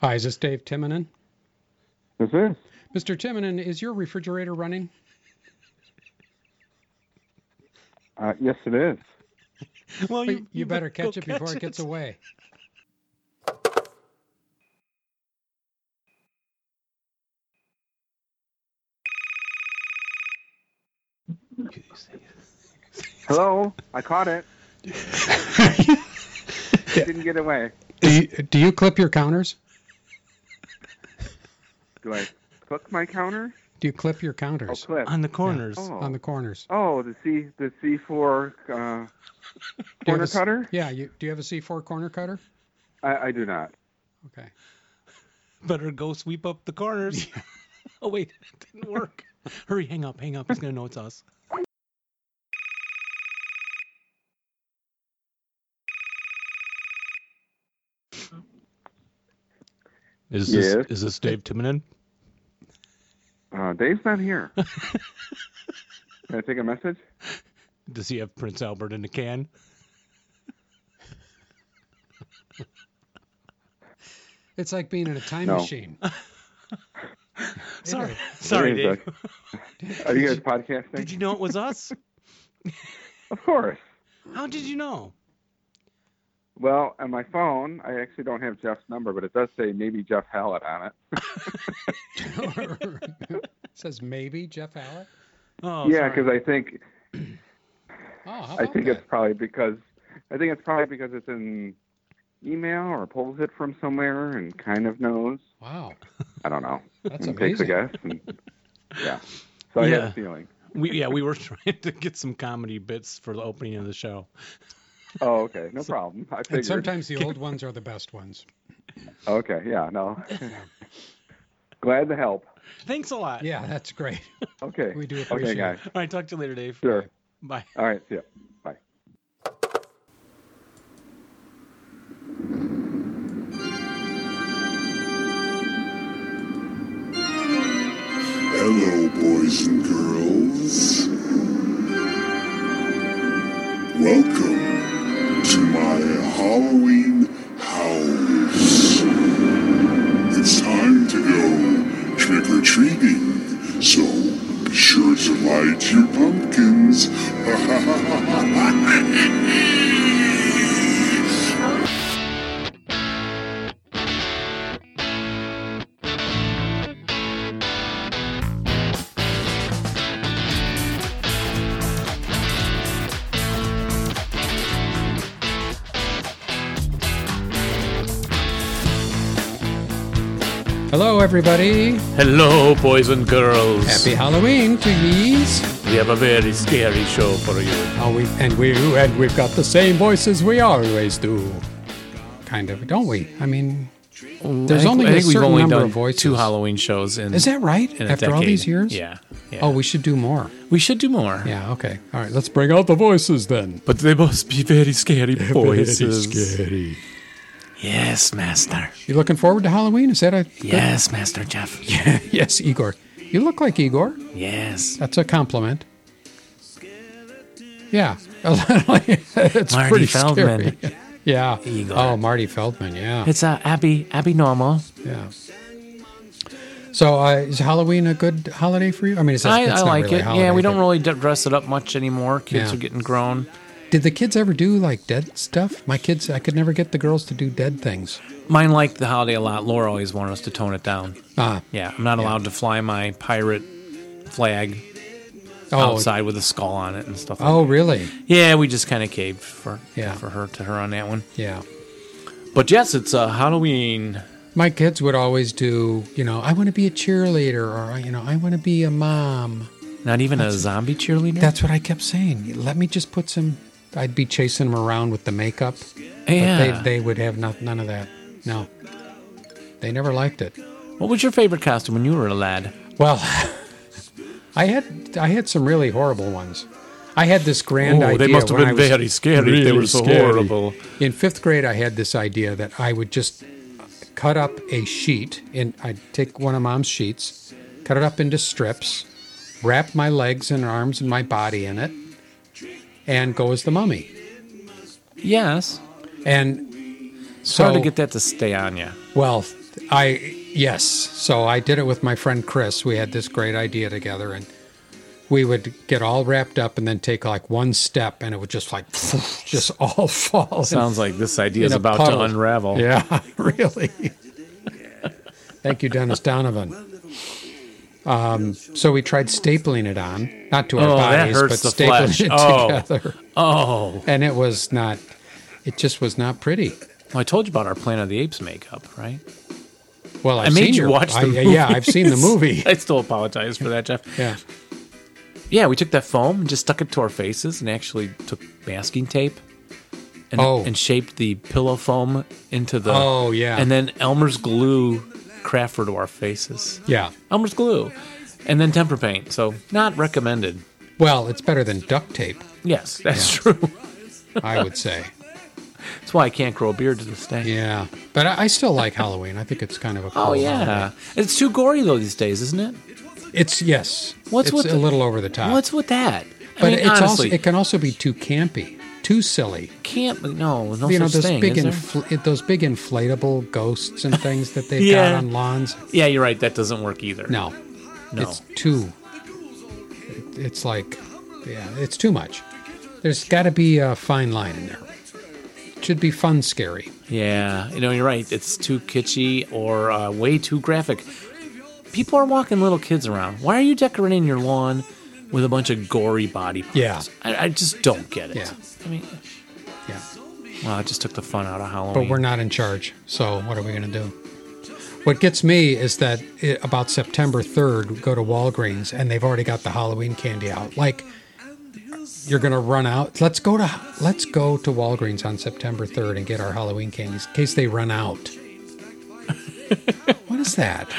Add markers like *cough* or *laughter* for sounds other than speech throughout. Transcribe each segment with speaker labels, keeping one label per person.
Speaker 1: Hi, is this Dave Timonen?
Speaker 2: This is.
Speaker 1: Mr. Timonen, is your refrigerator running?
Speaker 2: Uh, yes, it is.
Speaker 1: *laughs*
Speaker 3: Well,
Speaker 1: Oh, You, better catch it before it gets *laughs* away.
Speaker 2: Hello. I caught it. It didn't get away.
Speaker 1: Do you, do you clip your counters?
Speaker 2: Do I click my counter?
Speaker 1: Do you clip your
Speaker 2: Oh,
Speaker 1: counters
Speaker 2: clip.
Speaker 3: on the corners.
Speaker 2: Oh.
Speaker 1: on the corners?
Speaker 2: Oh, the C the C four uh,
Speaker 1: Do you have a
Speaker 2: corner
Speaker 1: s-
Speaker 2: cutter.
Speaker 1: Yeah, you, do you have a C4 corner cutter?
Speaker 2: I, I do not.
Speaker 1: Okay.
Speaker 3: Better go sweep up the corners. *laughs*
Speaker 1: *laughs*
Speaker 3: oh wait, it didn't work. *laughs* Hurry, hang up, hang up. He's gonna know it's us. Is this
Speaker 2: Yes.
Speaker 3: is this Dave Timonen?
Speaker 2: Uh, Dave's not
Speaker 3: *laughs*
Speaker 2: here. Can I take a message?
Speaker 3: Does he have Prince Albert in
Speaker 1: *laughs*
Speaker 3: a can?
Speaker 1: It's like being in a time
Speaker 2: No.
Speaker 1: *laughs* machine.
Speaker 3: Sorry, sorry,
Speaker 2: There is
Speaker 3: Dave.
Speaker 2: Are you guys podcasting?
Speaker 3: Did you know it was us?
Speaker 2: Of course.
Speaker 3: How did you know?
Speaker 2: *laughs*
Speaker 3: *laughs*
Speaker 1: *laughs*
Speaker 2: Well, on my phone, I actually don't have Jeff's number, but it does say maybe Jeff Hallett on it.
Speaker 1: *laughs* It says maybe Jeff Hallett.
Speaker 3: Oh,
Speaker 2: yeah,
Speaker 3: sorry.
Speaker 2: because I think
Speaker 1: Oh, how
Speaker 2: I
Speaker 1: about
Speaker 2: think
Speaker 1: that?
Speaker 2: it's probably because I think it's probably because it's in email or pulls it from somewhere and kind of knows.
Speaker 1: Wow,
Speaker 2: I don't know.
Speaker 1: that's
Speaker 2: and takes a
Speaker 1: amazing.
Speaker 2: guess. And,
Speaker 1: *laughs*
Speaker 2: yeah. So I had
Speaker 3: Yeah.
Speaker 2: a feeling.
Speaker 3: we yeah we were *laughs* trying to get some comedy bits for the opening of the show.
Speaker 2: Oh, okay. No problem. I
Speaker 1: And
Speaker 2: figured.
Speaker 1: sometimes the old ones are the
Speaker 2: *laughs*
Speaker 1: best ones.
Speaker 2: Okay. Yeah.
Speaker 1: *laughs*
Speaker 2: No. Glad to help.
Speaker 3: Thanks a lot.
Speaker 1: Yeah, that's great.
Speaker 2: Okay.
Speaker 1: We do
Speaker 2: Okay,
Speaker 1: appreciate
Speaker 2: guys.
Speaker 3: All right, talk to you later, Dave.
Speaker 2: Sure.
Speaker 3: Bye.
Speaker 2: All right. See ya. Bye.
Speaker 4: Hello, boys and girls. Welcome to my Halloween house. It's time to go trick or treating, so be sure to light your pumpkins. *laughs*
Speaker 1: Hello, everybody.
Speaker 5: Hello, boys and girls.
Speaker 1: Happy Halloween to yees.
Speaker 5: We have a very scary show for you.
Speaker 1: Oh, we and we and we've got the same voices we always do. Kind of, don't we? I mean, There's
Speaker 5: Mm, I think,
Speaker 1: only
Speaker 5: I
Speaker 1: a
Speaker 5: think we've
Speaker 1: certain
Speaker 5: only
Speaker 1: number
Speaker 5: done
Speaker 1: of voices.
Speaker 5: two Halloween shows in
Speaker 1: is that right?
Speaker 5: in a
Speaker 1: After all
Speaker 5: decade.
Speaker 1: these years?
Speaker 5: Yeah. yeah.
Speaker 1: Oh, we should do more.
Speaker 5: we should do more.
Speaker 1: Yeah. Okay. All right. Let's bring out the voices then. *laughs*
Speaker 5: But they must be *laughs* very scary voices.
Speaker 1: scary.
Speaker 5: Yes, *laughs* master.
Speaker 1: You looking forward to Halloween? Is that a
Speaker 5: Yes, master Jeff.
Speaker 1: *laughs* yes, Igor? You look like Igor.
Speaker 5: Yes.
Speaker 1: That's a compliment. Yeah, *laughs* it's
Speaker 5: Marty
Speaker 1: pretty
Speaker 5: Feldman.
Speaker 1: scary. *laughs* Yeah.
Speaker 5: Igor.
Speaker 1: Oh, Marty Feldman. Yeah.
Speaker 5: It's uh, Abby, Abby Normal.
Speaker 1: Yeah. So uh, is Halloween a good holiday for you? I mean, it's,
Speaker 5: I,
Speaker 1: it's
Speaker 5: I
Speaker 1: not
Speaker 5: like
Speaker 1: really a
Speaker 5: it.
Speaker 1: holiday,
Speaker 5: yeah, we don't
Speaker 1: but-
Speaker 5: really d- dress it up much anymore. Kids
Speaker 1: Yeah.
Speaker 5: are getting grown.
Speaker 1: Did the kids ever do like dead stuff? My kids, I could never get the girls to do dead things.
Speaker 5: Mine liked the holiday a lot. Laura always wanted us to tone it down.
Speaker 1: Ah,
Speaker 5: Yeah, I'm not allowed to fly my pirate flag
Speaker 1: oh,
Speaker 5: outside with a skull on it and stuff. Like
Speaker 1: oh, really?
Speaker 5: Yeah, we just kind of caved for
Speaker 1: Yeah.
Speaker 5: for her to her on that one.
Speaker 1: Yeah.
Speaker 5: But yes, it's uh, Halloween.
Speaker 1: My kids would always do, you know, I want to be a cheerleader, or you know, I want to be a mom.
Speaker 5: Not even a zombie cheerleader.
Speaker 1: That's what I kept saying. Let me just put some. I'd be chasing them around with the makeup.
Speaker 5: yeah.
Speaker 1: But they, they would have not, none of that. No. They never liked it.
Speaker 5: what was your favorite costume when you were a lad?
Speaker 1: Well, *laughs* I had I had some really horrible ones. I had this grand idea. when I was
Speaker 5: scary.
Speaker 1: They really were so scary. horrible.
Speaker 5: It
Speaker 1: in fifth grade. I had this idea that I would just cut up a sheet, and I'd take one of mom's sheets, cut it up into strips, wrap my legs and arms and my body in it, and go as the mummy.
Speaker 5: Yes.
Speaker 1: And
Speaker 5: It's
Speaker 1: so
Speaker 5: hard to get that to stay on you.
Speaker 1: well, I yes. So I did it with my friend Chris. We had this great idea together, and we would get all wrapped up, and then take like one step, and it would just like *laughs* just all fall. in-
Speaker 5: Sounds like this idea
Speaker 1: in
Speaker 5: is
Speaker 1: a
Speaker 5: about
Speaker 1: puddle.
Speaker 5: to unravel.
Speaker 1: Yeah, *laughs* really. Thank you, Dennis Donovan. Um, so we tried stapling it on, not to our
Speaker 5: Oh, that
Speaker 1: bodies,
Speaker 5: hurts
Speaker 1: but
Speaker 5: the
Speaker 1: stapling
Speaker 5: flesh.
Speaker 1: it
Speaker 5: Oh.
Speaker 1: together,
Speaker 5: Oh,
Speaker 1: and it was not. It just was not pretty.
Speaker 5: well, I told you about our Planet of the Apes makeup, right?
Speaker 1: Well, I've
Speaker 5: I made
Speaker 1: seen
Speaker 5: you
Speaker 1: your-
Speaker 5: watch the
Speaker 1: I- Yeah, I've seen the
Speaker 5: movies.
Speaker 1: movie.
Speaker 5: *laughs* I still apologize for that, Jeff.
Speaker 1: Yeah.
Speaker 5: Yeah, we took that foam and just stuck it to our faces and actually took masking tape and,
Speaker 1: Oh.
Speaker 5: and shaped the pillow foam into the.
Speaker 1: Oh, yeah.
Speaker 5: And then Elmer's glue crafted to our faces.
Speaker 1: Yeah.
Speaker 5: Elmer's glue. And then temper paint. So, not recommended.
Speaker 1: Well, it's better than duct tape,
Speaker 5: Yes, that's true.
Speaker 1: I would say. *laughs*
Speaker 5: That's why I can't grow a beard to this day.
Speaker 1: Yeah. But I, I still like Halloween. I think it's kind of a cool
Speaker 5: Oh, yeah.
Speaker 1: holiday.
Speaker 5: It's too gory, though, these days, isn't it?
Speaker 1: It's yes.
Speaker 5: What's
Speaker 1: it's
Speaker 5: with
Speaker 1: a
Speaker 5: the-
Speaker 1: little over the top.
Speaker 5: What's with that?
Speaker 1: but
Speaker 5: I mean,
Speaker 1: it's
Speaker 5: honestly,
Speaker 1: also it can also be too campy, too silly.
Speaker 5: can't. No, no
Speaker 1: you know
Speaker 5: such
Speaker 1: those
Speaker 5: thing.
Speaker 1: big
Speaker 5: is there?
Speaker 1: infl- it- those big inflatable ghosts and things that
Speaker 5: *laughs*
Speaker 1: they've
Speaker 5: Yeah.
Speaker 1: got on lawns.
Speaker 5: yeah, you're right. That doesn't work either.
Speaker 1: No,
Speaker 5: No.
Speaker 1: it's too. It, it's like, yeah, it's too much. There's got to be a fine line in there. should be fun, scary.
Speaker 5: Yeah, you know, you're right. It's too kitschy or uh, way too graphic. People are walking little kids around. Why are you decorating your lawn with a bunch of gory body parts?
Speaker 1: Yeah.
Speaker 5: I, I just don't get it.
Speaker 1: Yeah.
Speaker 5: I mean,
Speaker 1: Yeah,
Speaker 5: well, I just took the fun out of Halloween.
Speaker 1: but we're not in charge. So what are we gonna do? What gets me is that i about September 3rd, we go to Walgreens and they've already got the Halloween candy out. Like, you're gonna run out. Let's go to let's go to Walgreens on September 3rd and get our Halloween candies in case they run out. what is that?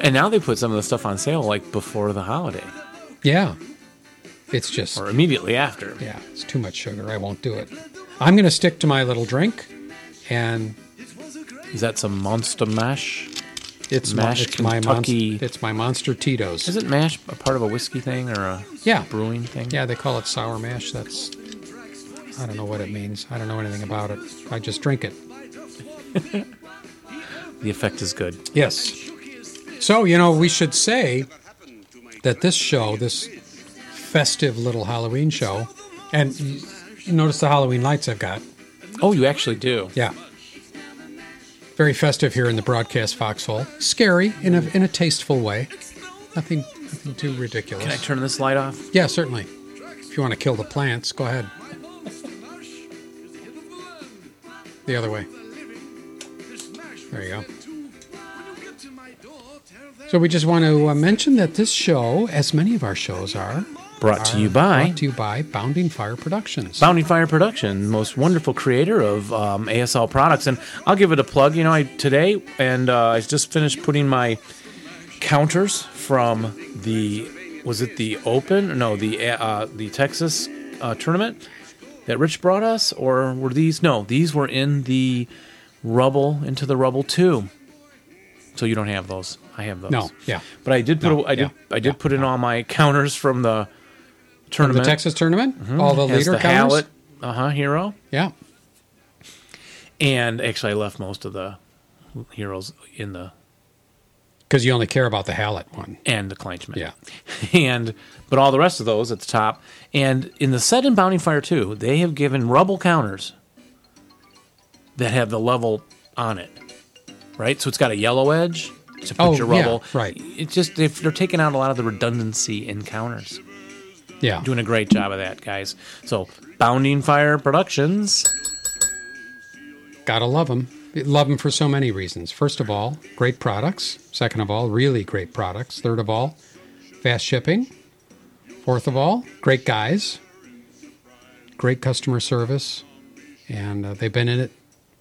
Speaker 5: And now they put some of the stuff on sale like before the holiday
Speaker 1: Yeah, it's just
Speaker 5: or immediately after.
Speaker 1: yeah, it's too much sugar. I won't do it. I'm gonna stick to my little drink, and
Speaker 5: Is that some monster mash?
Speaker 1: it's my
Speaker 5: Mashed
Speaker 1: it's my,
Speaker 5: Kentucky.
Speaker 1: monst- it's my monster Tito's.
Speaker 5: Isn't mash a part of a whiskey thing or a
Speaker 1: Yeah.
Speaker 5: brewing thing?
Speaker 1: Yeah, they call it sour mash. That's I don't know what it means. I don't know anything about it. I just drink it.
Speaker 5: The effect is good.
Speaker 1: Yes. So, you know, we should say that this show, this festive little Halloween show, and you you notice the Halloween lights I've got.
Speaker 5: Oh, you actually do.
Speaker 1: Yeah. Very festive here in the broadcast foxhole. Scary in a in a tasteful way. Nothing nothing too ridiculous.
Speaker 5: Can I turn this light off?
Speaker 1: Yeah, certainly. If you want to kill the plants, go ahead. The other way. There you go. So we just want to uh, mention that this show, as many of our shows are,
Speaker 5: Brought to you
Speaker 1: are
Speaker 5: by
Speaker 1: brought to you by Bounding Fire Productions.
Speaker 5: Bounding Fire Production, most wonderful creator of um, ASL products, and I'll give it a plug. You know, I today and uh, I just finished putting my counters from the was it the Open? No, the uh, the Texas uh, tournament that Rich brought us, or were these? No, these were in the rubble into the rubble too. So you don't have those. I have those.
Speaker 1: No, yeah.
Speaker 5: But I did put
Speaker 1: No,
Speaker 5: a- I did
Speaker 1: yeah,
Speaker 5: I did
Speaker 1: yeah,
Speaker 5: put in all my counters from the
Speaker 1: the
Speaker 5: tournament.
Speaker 1: Texas tournament, all the
Speaker 5: Mm-hmm. Has
Speaker 1: leader
Speaker 5: the
Speaker 1: counters.
Speaker 5: Hallett, uh huh, hero.
Speaker 1: Yeah,
Speaker 5: And actually, I left most of the heroes in the
Speaker 1: because you only care about the Hallett one.
Speaker 5: and the Kleinschmidt.
Speaker 1: Yeah.
Speaker 5: *laughs* And but all the rest of those at the top. And in the set in Bounty Fire 2, they have given rubble counters that have the level on it. Right? So it's got a yellow edge to put
Speaker 1: Oh,
Speaker 5: your
Speaker 1: yeah,
Speaker 5: rubble.
Speaker 1: right.
Speaker 5: It's just if they're taking out a lot of the redundancy in counters.
Speaker 1: Yeah,
Speaker 5: Doing a great job of that, guys. So Bounding Fire Productions.
Speaker 1: Gotta love them. Love them for so many reasons. First of all, great products. Second of all, really great products. Third of all, fast shipping. Fourth of all, great guys. Great customer service. And uh, they've been in it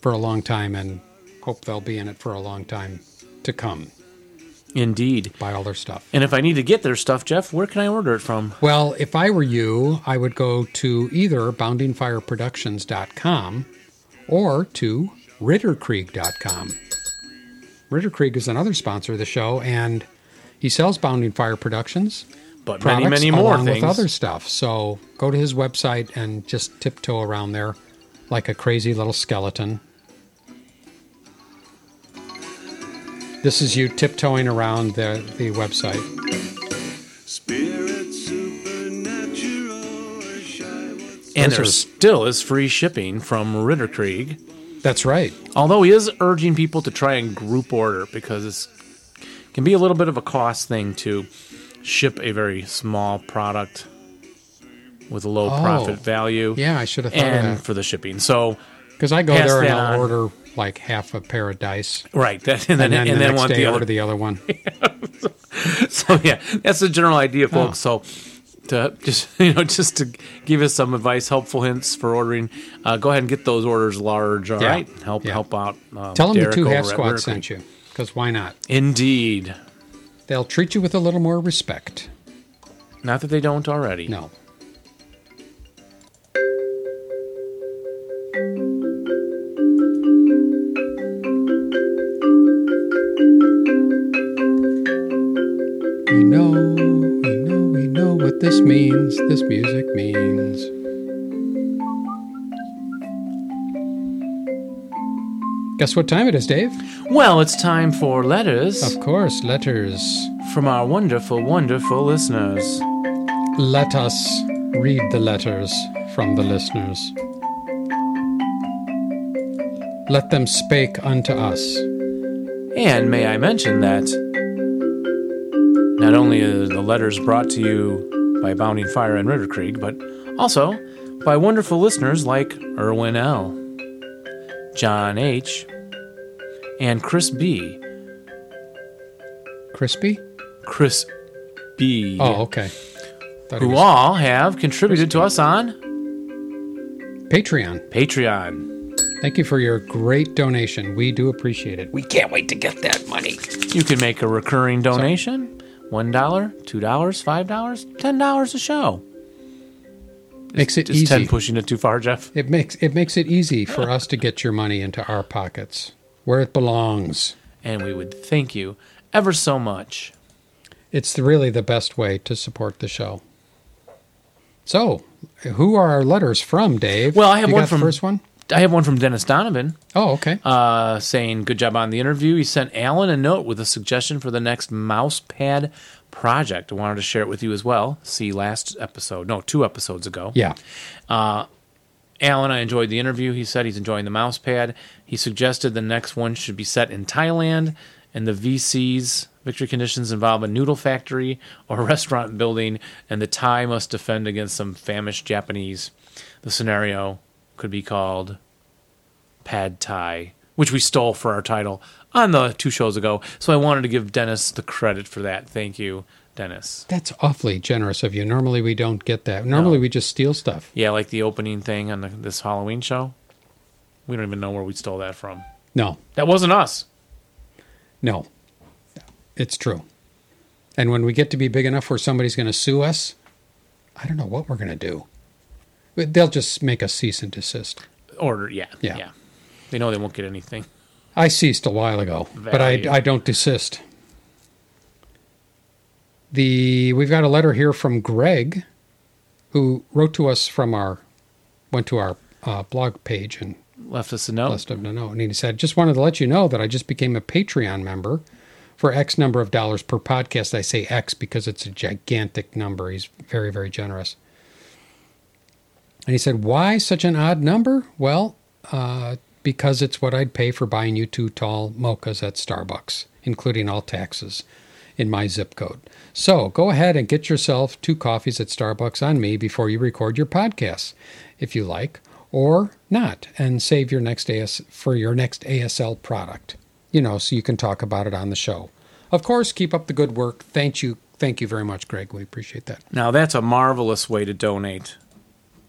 Speaker 1: for a long time and hope they'll be in it for a long time to come.
Speaker 5: Indeed.
Speaker 1: Buy all their stuff.
Speaker 5: And if I need to get their stuff, Jeff, where can I order it from?
Speaker 1: Well, if I were you, I would go to either boundingfireproductions.com or to ritterkrieg.com. Ritter Krieg is another sponsor of the show, and he sells Bounding Fire Productions
Speaker 5: But
Speaker 1: products
Speaker 5: many, many more
Speaker 1: along
Speaker 5: things.
Speaker 1: with other stuff. So go to his website and just tiptoe around there like a crazy little skeleton. This is you tiptoeing around the, the website.
Speaker 6: Spirit supernatural, or shy what's
Speaker 5: And
Speaker 1: Those
Speaker 5: there
Speaker 1: are-
Speaker 5: still is free shipping from Ritterkrieg.
Speaker 1: That's right.
Speaker 5: Although he is urging people to try and group order because it's can be a little bit of a cost thing to ship a very small product with a low
Speaker 1: Oh.
Speaker 5: profit value
Speaker 1: Yeah, I should have thought
Speaker 5: and
Speaker 1: of that.
Speaker 5: for the shipping. So
Speaker 1: Because I go
Speaker 5: pass
Speaker 1: there and
Speaker 5: that
Speaker 1: I'll
Speaker 5: on.
Speaker 1: order like half a pair of dice,
Speaker 5: right, that, and
Speaker 1: and
Speaker 5: then
Speaker 1: then, the next
Speaker 5: want
Speaker 1: day
Speaker 5: the
Speaker 1: order
Speaker 5: other.
Speaker 1: the other
Speaker 5: *laughs*
Speaker 1: one.
Speaker 5: so yeah, that's the general idea, folks. So to just *laughs* you know just to give us some advice, helpful hints for ordering, uh, go ahead and get those orders large. All
Speaker 1: Yeah.
Speaker 5: right, help
Speaker 1: Yeah.
Speaker 5: help out. Um,
Speaker 1: Tell them
Speaker 5: Derek
Speaker 1: the two
Speaker 5: over
Speaker 1: half
Speaker 5: at
Speaker 1: squad
Speaker 5: Ritterkrieg.
Speaker 1: sent you. Because why not?
Speaker 5: Indeed,
Speaker 1: They'll treat you with a little more respect.
Speaker 5: not that they don't already.
Speaker 1: No. We know, we know, we know what this means, this music means. Guess what time it is, Dave?
Speaker 5: Well, it's time for letters
Speaker 1: Of course, letters.
Speaker 5: from our wonderful, wonderful listeners.
Speaker 1: Let us read the letters from the listeners. Let them spake unto us.
Speaker 5: And may I mention that not only are the letters brought to you by Bounding Fire and Ritter Creek, but also by wonderful listeners like Erwin L., John H., and Chris B.
Speaker 1: Crispy?
Speaker 5: Chris B.
Speaker 1: Oh, okay. Thought it
Speaker 5: who
Speaker 1: was
Speaker 5: all have contributed to us on
Speaker 1: Patreon.
Speaker 5: Patreon.
Speaker 1: Thank you for your great donation. We do appreciate it. We
Speaker 5: You can make a recurring donation $1, $2, $5, $10 a show.
Speaker 1: makes it
Speaker 5: Is
Speaker 1: easy.
Speaker 5: 10 pushing it too far, Jeff?
Speaker 1: It makes it makes it easy for us to get your money into our pockets where it belongs.
Speaker 5: and we would thank you ever so much.
Speaker 1: It's really the best way to support the show. So, who are our letters from, Dave?
Speaker 5: Well, I have
Speaker 1: You
Speaker 5: one
Speaker 1: got the
Speaker 5: from-
Speaker 1: first one.
Speaker 5: I have one from Dennis Donovan
Speaker 1: Oh, okay.
Speaker 5: uh, saying, Good job on the interview. He sent Alan a note with a suggestion for the next mousepad project. I wanted to share it with you as well. See last episode, no, two episodes ago.
Speaker 1: yeah.
Speaker 5: Alan, I enjoyed the interview. He said he's enjoying the mousepad. He suggested the next one should be set in Thailand, and the VC's victory conditions involve a noodle factory or *laughs* restaurant building, and the Thai must defend against some famished Japanese. The scenario could be called Pad Thai, which we stole for our title on the two shows ago. So I wanted to give Dennis the credit for that. Thank you, Dennis.
Speaker 1: That's awfully generous of you. Normally we don't get that. Normally we just steal stuff.
Speaker 5: Yeah, like the opening thing on the, this Halloween show. We don't even know where we stole that from.
Speaker 1: No,
Speaker 5: That wasn't us.
Speaker 1: no. It's true. And when we get to be big enough where somebody's going to sue us, I don't know what we're going to do. But They'll just make us cease and desist.
Speaker 5: Order, yeah,
Speaker 1: Yeah.
Speaker 5: yeah, They know they won't get anything.
Speaker 1: I ceased a while ago, but I,
Speaker 5: Value.
Speaker 1: I don't desist. The we've got a letter here from Greg, who wrote to us from our went to our uh, blog page and
Speaker 5: Left us a note.
Speaker 1: blessed of to know. And he said, just wanted to let you know that I just became a Patreon member for X number of dollars per podcast. I say X because it's a gigantic number. He's very, very generous. And he said, why such an odd number? Well, uh, because it's what I'd pay for buying you two tall mochas at Starbucks, including all taxes in my zip code. So go ahead and get yourself two coffees at Starbucks on me before you record your podcasts, if you like, or not, and save your next AS for your next ASL product. You know, so you can talk about it on the show. Of course, keep up the good work. Thank you, thank you very much, Greg. We appreciate that.
Speaker 5: Now that's a marvelous way to donate.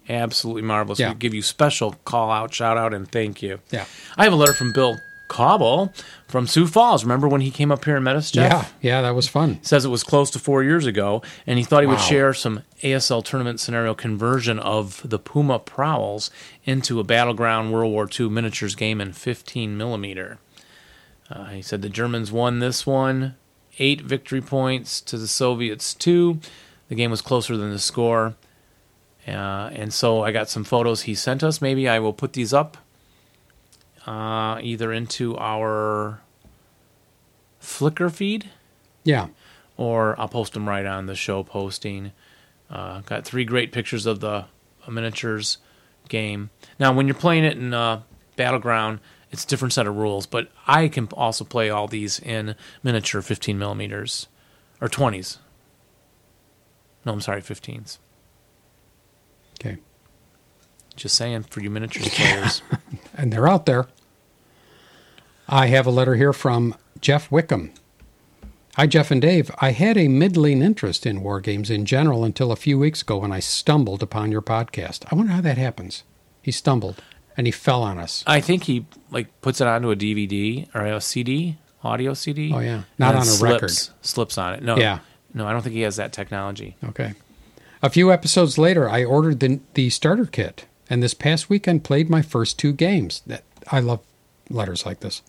Speaker 5: Absolutely marvelous.
Speaker 1: Yeah.
Speaker 5: We give you special call out, shout out, and thank you.
Speaker 1: Yeah,
Speaker 5: I have a letter from Bill Cobble from Sioux Falls. Remember when he came up here and met us, Jeff?
Speaker 1: yeah, yeah. That was fun.
Speaker 5: Says it was close to four years ago, and he thought he
Speaker 1: Wow.
Speaker 5: would share some ASL tournament scenario conversion of the Puma Prowls into a battleground World War II miniatures game in 15 millimeter. Uh, he said the Germans won this one, eight victory points to the Soviets two. The game was closer than the score, uh, and so I got some photos he sent us. Maybe I will put these up uh, either into our Flickr feed,
Speaker 1: Yeah.
Speaker 5: or I'll post them right on the show posting. Uh, got three great pictures of the uh, miniatures game. Now, when you're playing it in uh, Battleground, it's a different set of rules, but I can also play all these in miniature 15 millimeters or 20s. No, I'm sorry, 15s.
Speaker 1: Okay.
Speaker 5: Just saying for you miniatures
Speaker 1: *laughs*
Speaker 5: players.
Speaker 1: and they're out there. I have a letter here from Jeff Wickham. Hi, Jeff and Dave. I had a middling interest in war games in general until a few weeks ago when I stumbled upon your podcast. I wonder how that happens. He stumbled and he fell on us.
Speaker 5: I think he like puts it onto a DVD or a CD, audio CD.
Speaker 1: Oh, yeah.
Speaker 5: and
Speaker 1: Not
Speaker 5: then
Speaker 1: on a record.
Speaker 5: slips, Slips on it. No.
Speaker 1: Yeah.
Speaker 5: No, I don't think he has that technology.
Speaker 1: Okay. A few episodes later, I ordered the, the starter kit, and this past weekend played my first two games. That I love letters like this.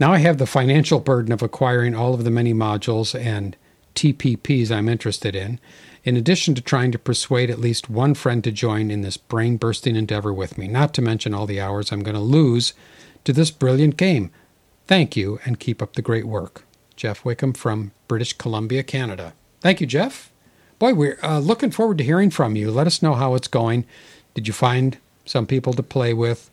Speaker 1: Now I have the financial burden of acquiring all of the many modules and TPPs I'm interested in, in addition to trying to persuade at least one friend to join in this brain bursting endeavor with me, not to mention all the hours I'm going to lose to this brilliant game. Thank you and keep up the great work. Jeff Wickham from British Columbia, Canada. Thank you, Jeff. Boy, we're uh, looking forward to hearing from you. Let us know how it's going. Did you find some people to play with?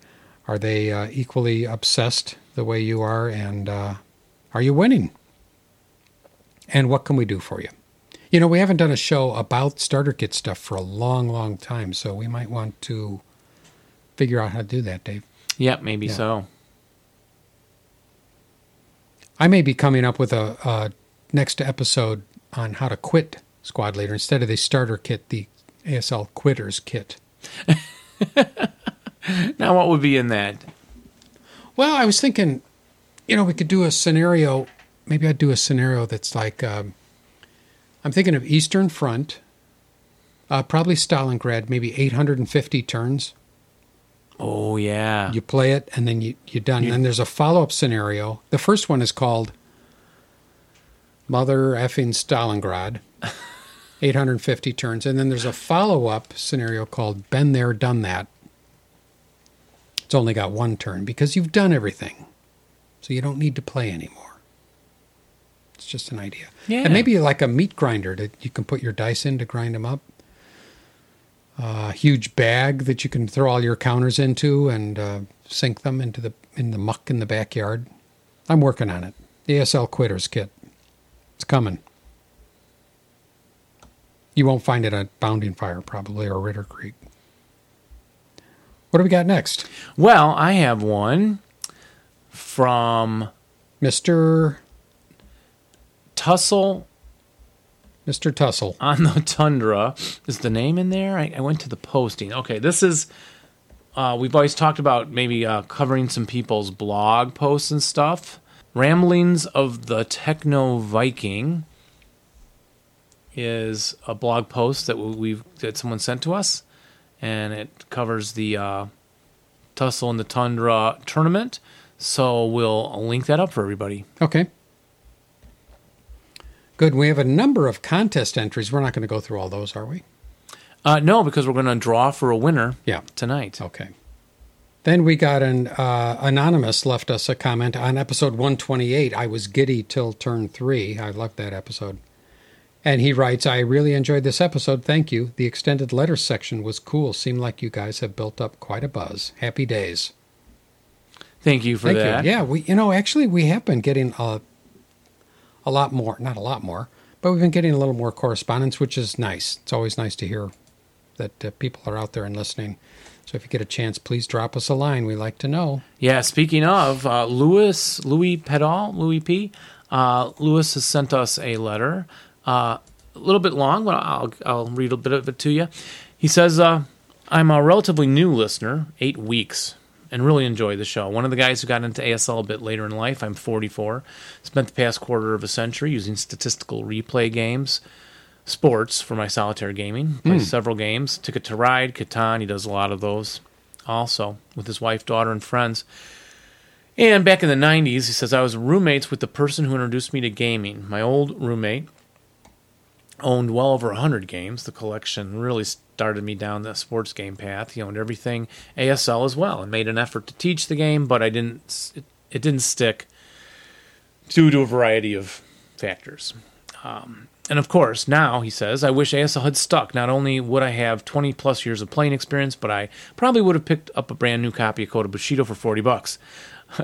Speaker 1: Are they uh, equally obsessed the way you are? And uh, are you winning? And what can we do for you? You know, we haven't done a show about starter kit stuff for a long, long time, so we might want to figure out how to do that, Dave.
Speaker 5: Yeah, maybe
Speaker 1: Yeah.
Speaker 5: so.
Speaker 1: I may be coming up with a, uh next episode on how to quit squad leader instead of the starter kit, the ASL quitters kit.
Speaker 5: Now, what would be in that?
Speaker 1: Well, I was thinking, you know, we could do a scenario. Maybe I'd do a scenario that's like um, I'm thinking of Eastern Front, uh, probably Stalingrad, maybe 850 turns.
Speaker 5: Oh yeah,
Speaker 1: You play it, and then you, you're done. And then there's a follow up scenario. The first one is called Mother Effing Stalingrad, 850 turns. And then there's a follow up scenario called Been There, Done That. It's only got one turn because you've done everything. So you don't need to play anymore. It's just an idea.
Speaker 5: Yeah.
Speaker 1: And maybe like a meat grinder that you can put your dice in to grind them up. A huge bag that you can throw all your counters into and uh, sink them into the in the muck in the backyard. I'm working on it. The ASL Quitters Kit. It's coming. You won't find it at Bounding Fire probably or Ritter Creek. What do we got next?
Speaker 5: Well, I have one from
Speaker 1: Mr.
Speaker 5: Tussle
Speaker 1: Mr. Tussle.
Speaker 5: on the Tundra. Is the name in there? I, I went to the posting. Okay, this is. Uh, we've always talked about maybe uh, covering some people's blog posts and stuff. Ramblings of the Techno Viking is a blog post that we've that someone sent to us, and it covers the uh, Tussle in the Tundra tournament. So we'll link that up for everybody.
Speaker 1: Okay. Good. We have a number of contest entries. We're not going to go through all those, are we?
Speaker 5: Uh, no, because we're going to draw for a winner
Speaker 1: Yeah.
Speaker 5: tonight.
Speaker 1: Okay. Then we got an uh, anonymous left us a comment on episode 128. I was giddy till turn three. I loved that episode. And he writes, I really enjoyed this episode. Thank you. The extended letters section was cool. Seemed like you guys have built up quite a buzz. Happy days.
Speaker 5: Thank you for
Speaker 1: Thank
Speaker 5: that.
Speaker 1: you. Yeah, we you know actually we have been getting a a lot more, not a lot more, but we've been getting a little more correspondence, which is nice. It's always nice to hear that uh, people are out there and listening. So if you get a chance, please drop us a line. We like to know.
Speaker 5: Yeah, speaking of uh, Louis Louis Pedal Louis P, uh, Louis has sent us a letter. Uh, a little bit long, but I'll I'll read a bit of it to you. He says, uh, "I'm a relatively new listener, eight weeks, and really enjoy the show. One of the guys who got into ASL a bit later in life. I'm 44. Spent the past quarter of a century using statistical replay games." sports for my solitaire gaming. Plays several games. Ticket to Ride, Catan. He does a lot of those also with his wife, daughter, and friends. And back in the 90s, he says, I was roommates with the person who introduced me to gaming. My old roommate owned well over 100 games. The collection really started me down the sports game path. He owned everything ASL as well and made an effort to teach the game, but I didn't it didn't stick due to a variety of factors. Um, and of course, now he says, I wish ASL had stuck. Not only would I have 20 plus years of playing experience, but I probably would have picked up a brand new copy of Kota Bushido for 40 bucks.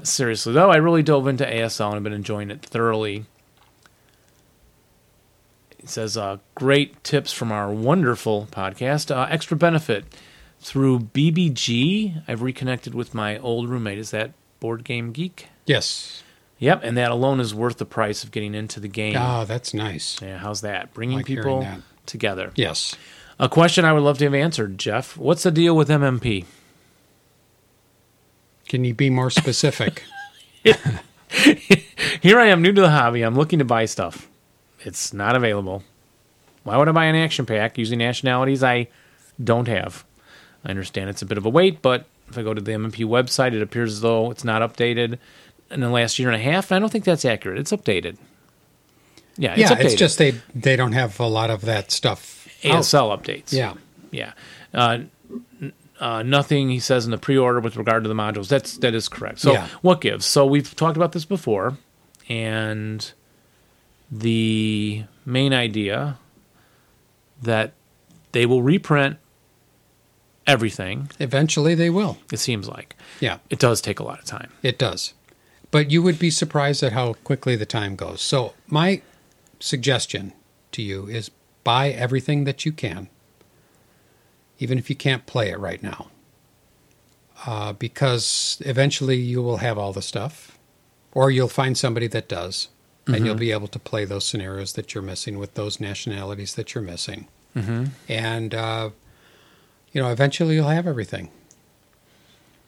Speaker 5: Seriously, though, I really dove into ASL and have been enjoying it thoroughly. He says, uh, great tips from our wonderful podcast. Uh, extra benefit through BBG, I've reconnected with my old roommate. Is that Board Game Geek?
Speaker 1: Yes.
Speaker 5: Yep, and that alone is worth the price of getting into the game.
Speaker 1: Oh, that's nice.
Speaker 5: Yeah, how's that? Bringing
Speaker 1: Like hearing
Speaker 5: people
Speaker 1: that.
Speaker 5: together.
Speaker 1: Yes.
Speaker 5: A question I would love to have answered, Jeff. What's the deal with MMP?
Speaker 1: Can you be more specific?
Speaker 5: Here I am, new to the hobby. I'm looking to buy stuff. It's not available. Why would I buy an action pack using nationalities I don't have? I understand it's a bit of a wait, but if I go to the MMP website, it appears as though it's not updated in the last year and a half, and I don't think that's accurate. It's updated.
Speaker 1: yeah,
Speaker 5: Yeah, *laughs* it's,
Speaker 1: it's
Speaker 5: updated.
Speaker 1: just they they don't have a lot of that stuff. out.
Speaker 5: ASL updates.
Speaker 1: Yeah.
Speaker 5: Yeah. Uh, n- uh, nothing he says in the pre-order with regard to the modules. That's that is correct. So
Speaker 1: Yeah.
Speaker 5: what gives? So we've talked about this before, and the main idea that they will reprint everything.
Speaker 1: Eventually they will.
Speaker 5: It seems like
Speaker 1: Yeah,
Speaker 5: it does take a lot of time.
Speaker 1: it does. But you would be surprised at how quickly the time goes. So my suggestion to you is buy everything that you can, even if you can't play it right now. Uh, because eventually you will have all the stuff, or you'll find somebody that does, and you'll be able to play those scenarios that you're missing with those nationalities that you're missing. Mm-hmm. And, uh, you know, eventually you'll have everything.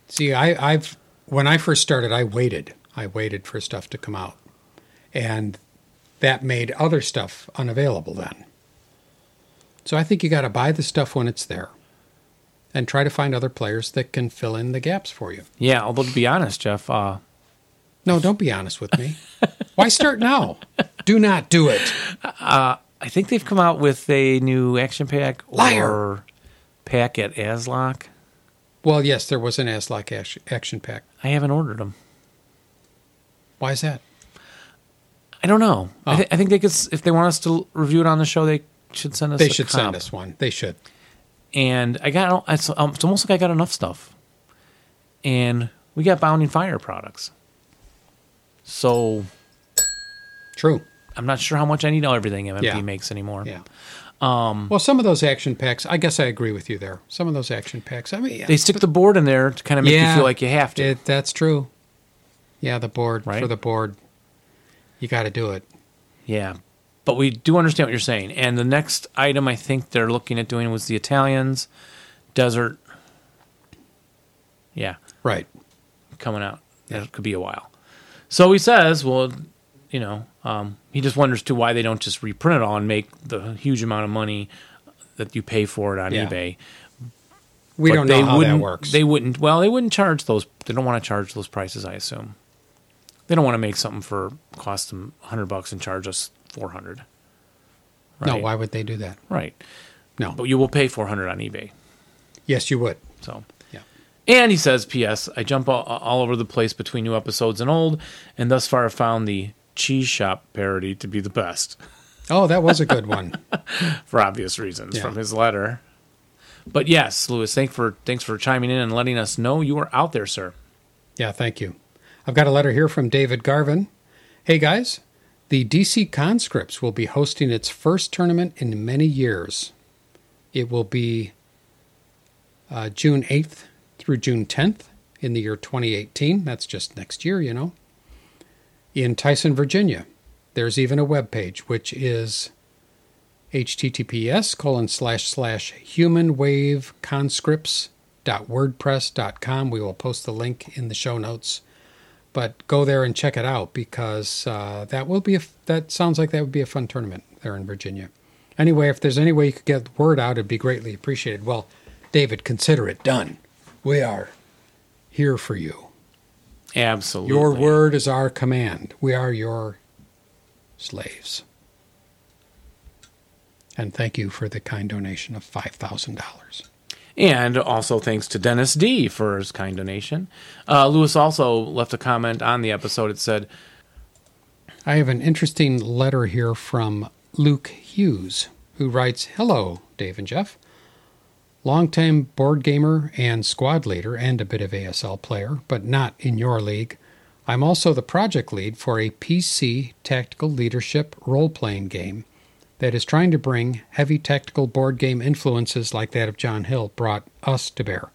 Speaker 1: See, I, I've when I first started, I waited. I waited for stuff to come out, and that made other stuff unavailable then. So I think you got to buy the stuff when it's there, and try to find other players that can fill in the gaps for you.
Speaker 5: Yeah. Although to be honest, Jeff, uh,
Speaker 1: No, don't be honest with me. Why start now? Do not do it.
Speaker 5: I think they've come out with a new action pack
Speaker 1: Liar.
Speaker 5: or pack at ASLock.
Speaker 1: Well, yes, there was an Aslock action- action pack.
Speaker 5: I haven't ordered them.
Speaker 1: Why is that?
Speaker 5: I don't know.
Speaker 1: Oh.
Speaker 5: I, th- I think they could, s- if they want us to review it on the show, they should send us.
Speaker 1: They
Speaker 5: a
Speaker 1: should
Speaker 5: comp.
Speaker 1: send us one. They should.
Speaker 5: And I got, al- it's, um, it's almost like I got enough stuff. And we got Bounding Fire products. So
Speaker 1: True.
Speaker 5: I'm not sure how much I need everything MMP
Speaker 1: Yeah.
Speaker 5: makes anymore.
Speaker 1: Yeah. Um, well, some of those action packs, I guess I agree with you there. Some of those action packs, I mean,
Speaker 5: They stick the board in there to kind of make you feel like you have to.
Speaker 1: It, that's true. Yeah, the board
Speaker 5: Right?
Speaker 1: for the board, you got to do it.
Speaker 5: Yeah. But we do understand what you're saying. And the next item I think they're looking at doing was the Italians, Desert. Yeah.
Speaker 1: Right.
Speaker 5: coming out. That could be a while. So he says, well, you know, um, he just wonders too why they don't just reprint it all and make the huge amount of money that you pay for it on
Speaker 1: Yeah.
Speaker 5: eBay.
Speaker 1: We
Speaker 5: But
Speaker 1: don't
Speaker 5: they
Speaker 1: know how that
Speaker 5: wouldn't-
Speaker 1: works.
Speaker 5: They wouldn't. Well, they wouldn't charge those. They don't want to charge those prices. I assume they don't want to make something for cost them hundred bucks and charge us four hundred.
Speaker 1: No, why would they do that?
Speaker 5: Right.
Speaker 1: No.
Speaker 5: But you will pay four hundred on eBay.
Speaker 1: yes, you would.
Speaker 5: So
Speaker 1: Yeah.
Speaker 5: And he says, P.S. I jump all, all over the place between new episodes and old, and thus far have found the cheese shop parody to be the best *laughs*
Speaker 1: Oh, that was a good one.
Speaker 5: for obvious reasons
Speaker 1: Yeah.
Speaker 5: from his letter. But yes, Lewis, thanks for thanks for chiming in and letting us know you are out there, sir.
Speaker 1: Yeah, thank you. I've got a letter here from David Garvin. Hey guys, the DC Conscripts will be hosting its first tournament in many years. It will be uh, June 8th through June 10th in the year 2018. That's just next year, you know. In Tyson, Virginia, there's even a webpage which is https colon slash slash humanwaveconscripts.wordpress.com. We will post the link in the show notes, but go there and check it out because uh, that will be a, that sounds like that would be a fun tournament there in Virginia. Anyway, if there's any way you could get the word out, it'd be greatly appreciated. Well, David, consider it done. We are here for you.
Speaker 5: Absolutely.
Speaker 1: Your word is our command. We are your slaves. And thank you for the kind donation of $5,000.
Speaker 5: And also thanks to Dennis D for his kind donation. Uh, Lewis also left a comment on the episode. It said,
Speaker 1: I have an interesting letter here from Luke Hughes, who writes Hello, Dave and Jeff. Longtime board gamer and squad leader and a bit of ASL player, but not in your league. I'm also the project lead for a PC tactical leadership role playing game that is trying to bring heavy tactical board game influences like that of John Hill brought us to bear.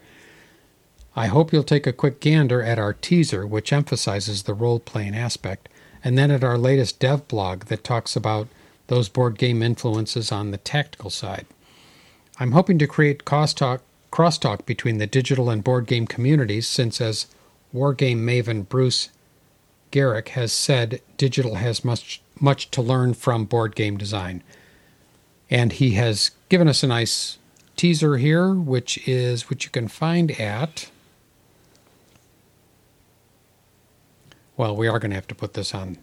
Speaker 1: I hope you'll take a quick gander at our teaser, which emphasizes the role playing aspect, and then at our latest dev blog that talks about those board game influences on the tactical side. I'm hoping to create crosstalk, crosstalk between the digital and board game communities, since as wargame maven Bruce Garrick has said, digital has much much to learn from board game design, and he has given us a nice teaser here, which is which you can find at. Well, we are going to have to put this on.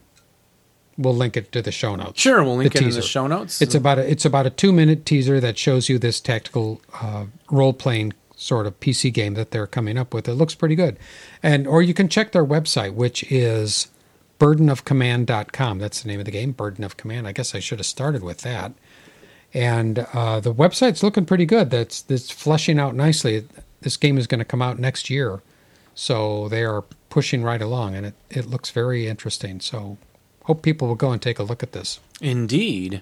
Speaker 1: We'll link it to the show notes.
Speaker 5: Sure, we'll link it in the
Speaker 1: teaser.
Speaker 5: show notes.
Speaker 1: It's about a it's about a two minute teaser that shows you this tactical uh, role playing sort of PC game that they're coming up with. It looks pretty good, and or you can check their website, which is burdenofcommand.com. That's the name of the game, Burden of Command. I guess I should have started with that. And uh, the website's looking pretty good. That's that's fleshing out nicely. This game is going to come out next year, so they are pushing right along, and it, it looks very interesting. So hope people will go and take a look at this.
Speaker 5: indeed.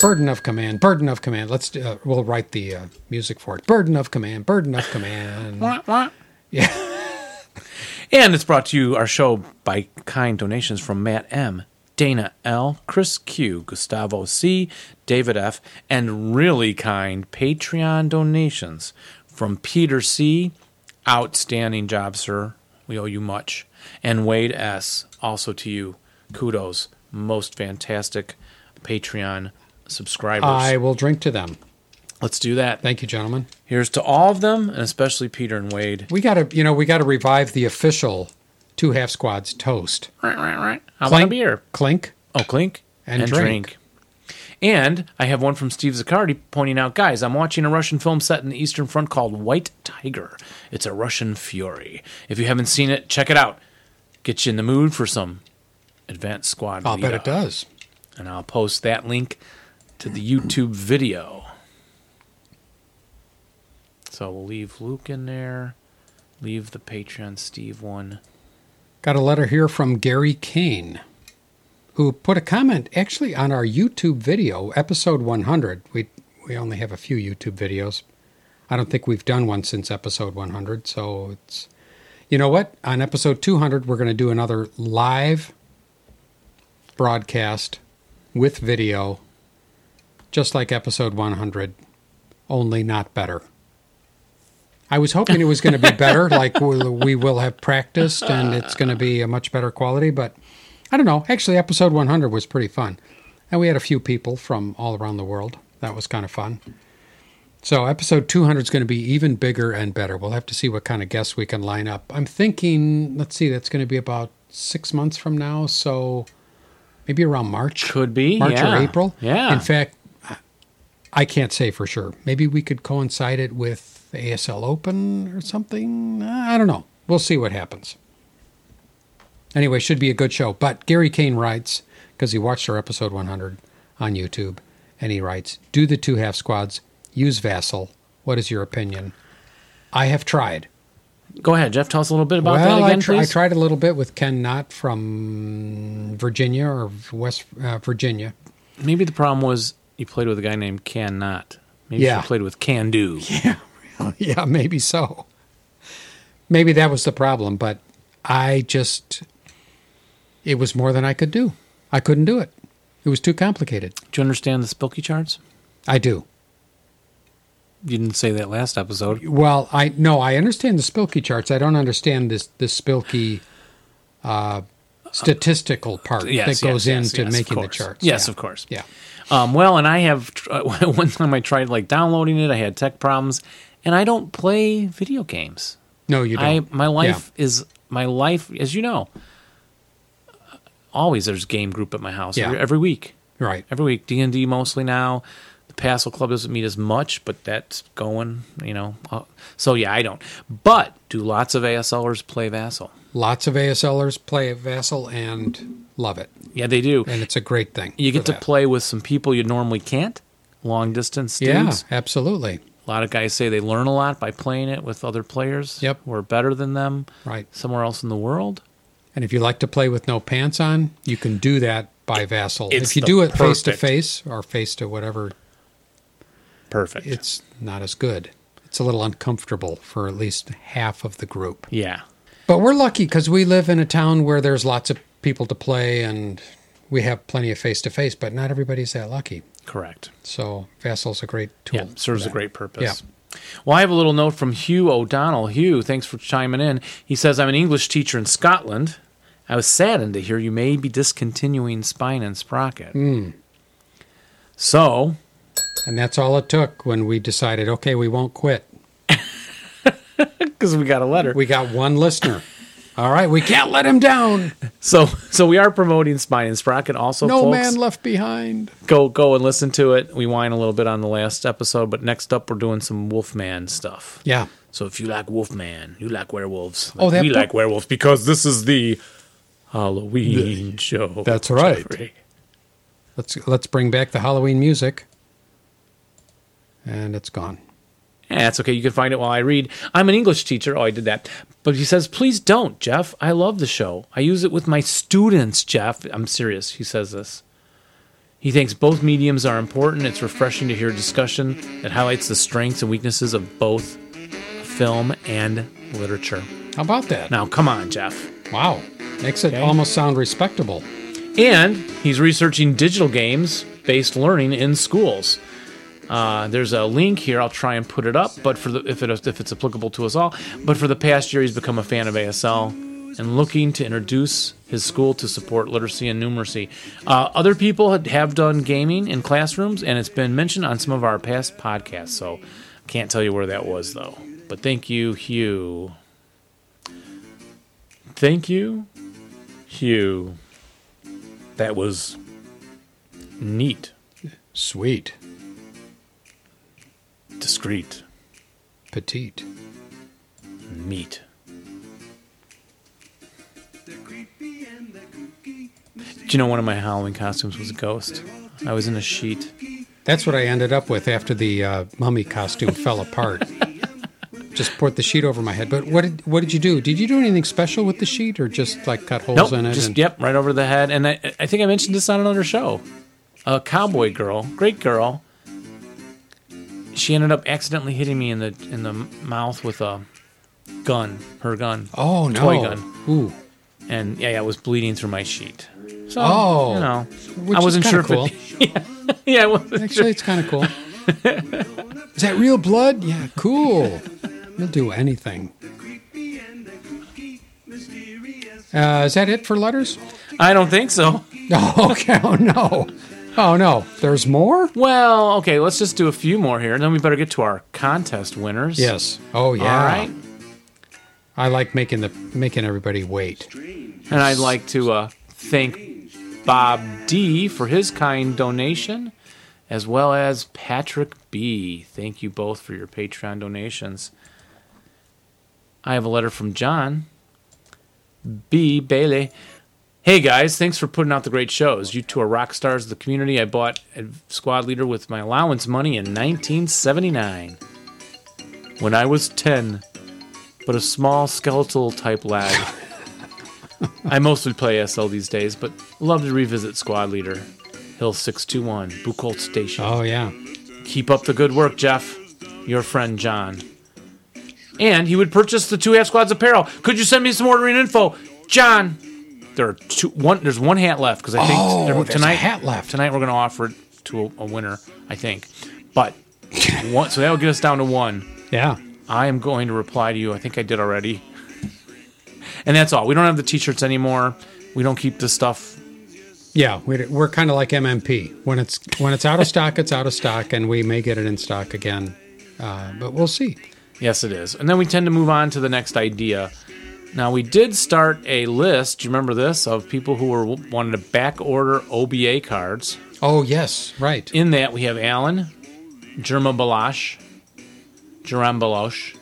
Speaker 1: Burden of command, burden of command. Let's do- uh, we'll write the uh, music for it. Burden of command, burden of command.
Speaker 5: Wah, wah.
Speaker 1: yeah,
Speaker 5: *laughs* And it's brought to you, our show, by kind donations from Matt M., Dana L., Chris Q., Gustavo C., David F., and really kind Patreon donations from Peter C., outstanding job, sir. We owe you much. And Wade S., also to you. Kudos. Most fantastic Patreon subscribers.
Speaker 1: I will drink to them.
Speaker 5: Let's do that.
Speaker 1: Thank you, gentlemen.
Speaker 5: Here's to all of them, and especially Peter and Wade.
Speaker 1: We gotta, you know, we gotta revive the official two half squads toast.
Speaker 5: Right, right, right. I want a
Speaker 1: Clink,
Speaker 5: beer.
Speaker 1: clink.
Speaker 5: Oh, clink
Speaker 1: And drink.
Speaker 5: And I have one from Steve Zaccardi pointing out, guys, I'm watching a Russian film set in the Eastern Front called White Tiger. It's a Russian fury. If you haven't seen it, check it out. Get you in the mood for some advanced squad.
Speaker 1: I'll bet
Speaker 5: lead
Speaker 1: it
Speaker 5: up.
Speaker 1: does.
Speaker 5: And I'll post that link to the YouTube video. So we'll leave Luke in there. Leave the Patreon Steve one.
Speaker 1: Got a letter here from Gary Kane, who put a comment actually on our YouTube video, episode 100. We we only have a few YouTube videos. I don't think we've done one since episode 100, so it's you know what? On episode 200, we're going to do another live broadcast with video, just like episode 100, only not better. I was hoping it was going to be better, like we, we will have practiced and it's going to be a much better quality, but I don't know. Actually, episode 100 was pretty fun. And we had a few people from all around the world. That was kind of fun. So, episode 200 is going to be even bigger and better. We'll have to see what kind of guests we can line up. I'm thinking, let's see, that's going to be about six months from now. So, maybe around March.
Speaker 5: Could be
Speaker 1: March
Speaker 5: yeah.
Speaker 1: or April.
Speaker 5: Yeah.
Speaker 1: In fact, I- I can't say for sure. Maybe we could coincide it with the ASL Open or something. I don't know. We'll see what happens. Anyway, should be a good show. But Gary Kane writes because he watched our episode 100 on YouTube, and he writes, "Do the two half squads use Vassal? What is your opinion? I have tried."
Speaker 5: Go ahead, Jeff. Tell us a little bit about
Speaker 1: well,
Speaker 5: that again,
Speaker 1: I, tr- I
Speaker 5: please.
Speaker 1: tried a little bit with Ken Knott from Virginia or West uh, Virginia.
Speaker 5: Maybe the problem was you played with a guy named Can Not. Maybe
Speaker 1: Yeah.
Speaker 5: you played with Can Do.
Speaker 1: *laughs* yeah, maybe so. Maybe that was the problem, but I just it was more than I could do. I couldn't do it. It was too complicated.
Speaker 5: Do you understand the Spilky charts?
Speaker 1: I do.
Speaker 5: You didn't say that last episode.
Speaker 1: Well, I no, I understand the Spilky charts. I don't understand this this Spilky uh, statistical part
Speaker 5: Yes,
Speaker 1: that goes
Speaker 5: yes, yes,
Speaker 1: into
Speaker 5: yes, of
Speaker 1: making the
Speaker 5: course.
Speaker 1: charts.
Speaker 5: Yes,
Speaker 1: yeah.
Speaker 5: of course.
Speaker 1: Yeah.
Speaker 5: Um, well, and I have tr- *laughs* one time I tried like downloading it. I had tech problems, and I don't play video games.
Speaker 1: No, you
Speaker 5: I
Speaker 1: don't.
Speaker 5: my life is my life, as you know. Always there's game group at my house
Speaker 1: Yeah.
Speaker 5: every, every week.
Speaker 1: Right.
Speaker 5: Every week D and D mostly now. The Passel Club doesn't meet as much, but that's going, you know. Uh, so yeah, I don't. But do lots of ASLers play Vassal?
Speaker 1: Lots of ASLers play Vassal and love it,
Speaker 5: Yeah, they do.
Speaker 1: and it's a great thing.
Speaker 5: You get
Speaker 1: for
Speaker 5: to
Speaker 1: that.
Speaker 5: play with some people you normally can't. Long distance
Speaker 1: Yeah,
Speaker 5: dudes.
Speaker 1: absolutely.
Speaker 5: A lot of guys say they learn a lot by playing it with other players
Speaker 1: Yep.
Speaker 5: who are better than them
Speaker 1: Right.
Speaker 5: somewhere else in the world.
Speaker 1: And if you like to play with no pants on, you can do that by Vassal.
Speaker 5: it's
Speaker 1: if you
Speaker 5: the
Speaker 1: do it face to
Speaker 5: perfect-
Speaker 1: face or face to whatever,
Speaker 5: Perfect.
Speaker 1: it's not as good. It's a little uncomfortable for at least half of the group.
Speaker 5: yeah.
Speaker 1: But we're lucky because we live in a town where there's lots of people to play and we have plenty of face to face, but not everybody's that lucky.
Speaker 5: Correct.
Speaker 1: So Vassal's a great tool.
Speaker 5: Yeah, serves a great purpose.
Speaker 1: Yeah.
Speaker 5: Well, I have a little note from Hugh O'Donnell. Hugh, thanks for chiming in. He says, I'm an English teacher in Scotland. I was saddened to hear you may be discontinuing Spine and Sprocket.
Speaker 1: Hmm.
Speaker 5: So,
Speaker 1: And that's all it took when we decided, okay, we won't quit.
Speaker 5: because we got a letter.
Speaker 1: We got one
Speaker 5: *laughs*
Speaker 1: listener. All right, we can't let him down.
Speaker 5: So, so we are promoting Spine and Sprocket also,
Speaker 1: No
Speaker 5: folks.
Speaker 1: man left behind.
Speaker 5: go go and listen to it. We whine a little bit on the last episode, but next up we're doing some Wolfman stuff.
Speaker 1: Yeah.
Speaker 5: So if you like Wolfman, you like werewolves.
Speaker 1: Oh, that
Speaker 5: we
Speaker 1: book-
Speaker 5: like werewolves because this is the Halloween show.
Speaker 1: That's right.
Speaker 5: Jeffrey.
Speaker 1: Let's let's bring back the Halloween music. And it's gone.
Speaker 5: Yeah, that's Eh, okay. You can find it while I read. I'm an English teacher. Oh, I did that. But he says, please don't, Jeff. I love the show. I use it with my students, Jeff. I'm serious. He says this. He thinks both mediums are important. It's refreshing to hear a discussion that highlights the strengths and weaknesses of both film and literature.
Speaker 1: How about that?
Speaker 5: Now, come on, Jeff.
Speaker 1: Wow. Makes it almost sound respectable.
Speaker 5: And he's researching digital games based learning in schools. Uh, there's a link here. I'll try and put it up, but for the, if, it, if it's applicable to us all. But for the past year, he's become a fan of ASL and looking to introduce his school to support literacy and numeracy. Uh, other people had- have done gaming in classrooms, and it's been mentioned on some of our past podcasts. So can't tell you where that was though. But thank you, Hugh. Thank you, Hugh. That was neat,
Speaker 1: Sweet.
Speaker 5: discreet,
Speaker 1: Petite.
Speaker 5: meat. Do you know one of my Halloween costumes was a ghost? I was in a sheet.
Speaker 1: That's what I ended up with after the uh, mummy costume *laughs* fell apart. Just poured the sheet over my head. But what did what did you do? Did you do anything special with the sheet, or just like cut holes
Speaker 5: Nope,
Speaker 1: in it?
Speaker 5: just
Speaker 1: and-
Speaker 5: yep, right over the head. And I, I think I mentioned this on another show. A cowboy girl, great girl. She ended up accidentally hitting me in the in the mouth with a gun, her gun,
Speaker 1: Oh no!
Speaker 5: toy gun,
Speaker 1: Ooh,
Speaker 5: and yeah, yeah, it was bleeding through my sheet. So
Speaker 1: Oh.
Speaker 5: you know,
Speaker 1: which
Speaker 5: I wasn't
Speaker 1: is
Speaker 5: sure
Speaker 1: kinda
Speaker 5: if
Speaker 1: Cool.
Speaker 5: it, *laughs* yeah, I wasn't sure.
Speaker 1: Actually, it's kind of cool. is that real blood? Yeah, cool. You'll do anything. Uh, is that it for letters? *laughs*
Speaker 5: I don't think so.
Speaker 1: Oh, okay. Oh no. Oh no. There's more.
Speaker 5: Well, okay, let's just do a few more here, and then we better get to our contest winners.
Speaker 1: Yes. Oh yeah.
Speaker 5: All right.
Speaker 1: I like making the making everybody wait.
Speaker 5: And I'd like to uh, thank Bob D for his kind donation, as well as Patrick B. Thank you both for your Patreon donations. I have a letter from John B. Bailey. Hey guys, thanks for putting out the great shows. You two are rock stars of the community. I bought a squad leader with my allowance money in 1979 when I was 10, but a small skeletal type lad. I mostly play SL these days, but love to revisit Squad Leader, Hill 621, Buchholz Station.
Speaker 1: Oh yeah.
Speaker 5: Keep up the good work, Jeff. Your friend John. And he would purchase the two half squads apparel. Could you send me some ordering info, John? There are two. One. There's one hat left because I think
Speaker 1: Oh,
Speaker 5: there-
Speaker 1: there's a
Speaker 5: tonight.
Speaker 1: hat left.
Speaker 5: *laughs* Tonight we're going to offer it to a, a winner. I think, but one. So that will get us down to one.
Speaker 1: Yeah.
Speaker 5: I am going to reply to you. I think I did already. And that's all. We don't have the t-shirts anymore. We don't keep the stuff.
Speaker 1: Yeah. We're, we're kind of like MMP. When it's when it's out of stock, it's out of stock, and we may get it in stock again. Uh, but we'll see.
Speaker 5: Yes, it is. And then we tend to move on to the next idea. Now we did start a list. Do you remember this of people who were wanted to back order OBA cards?
Speaker 1: Oh yes, right.
Speaker 5: In that we have Alan, Jerma Balash, Jerome Balosh,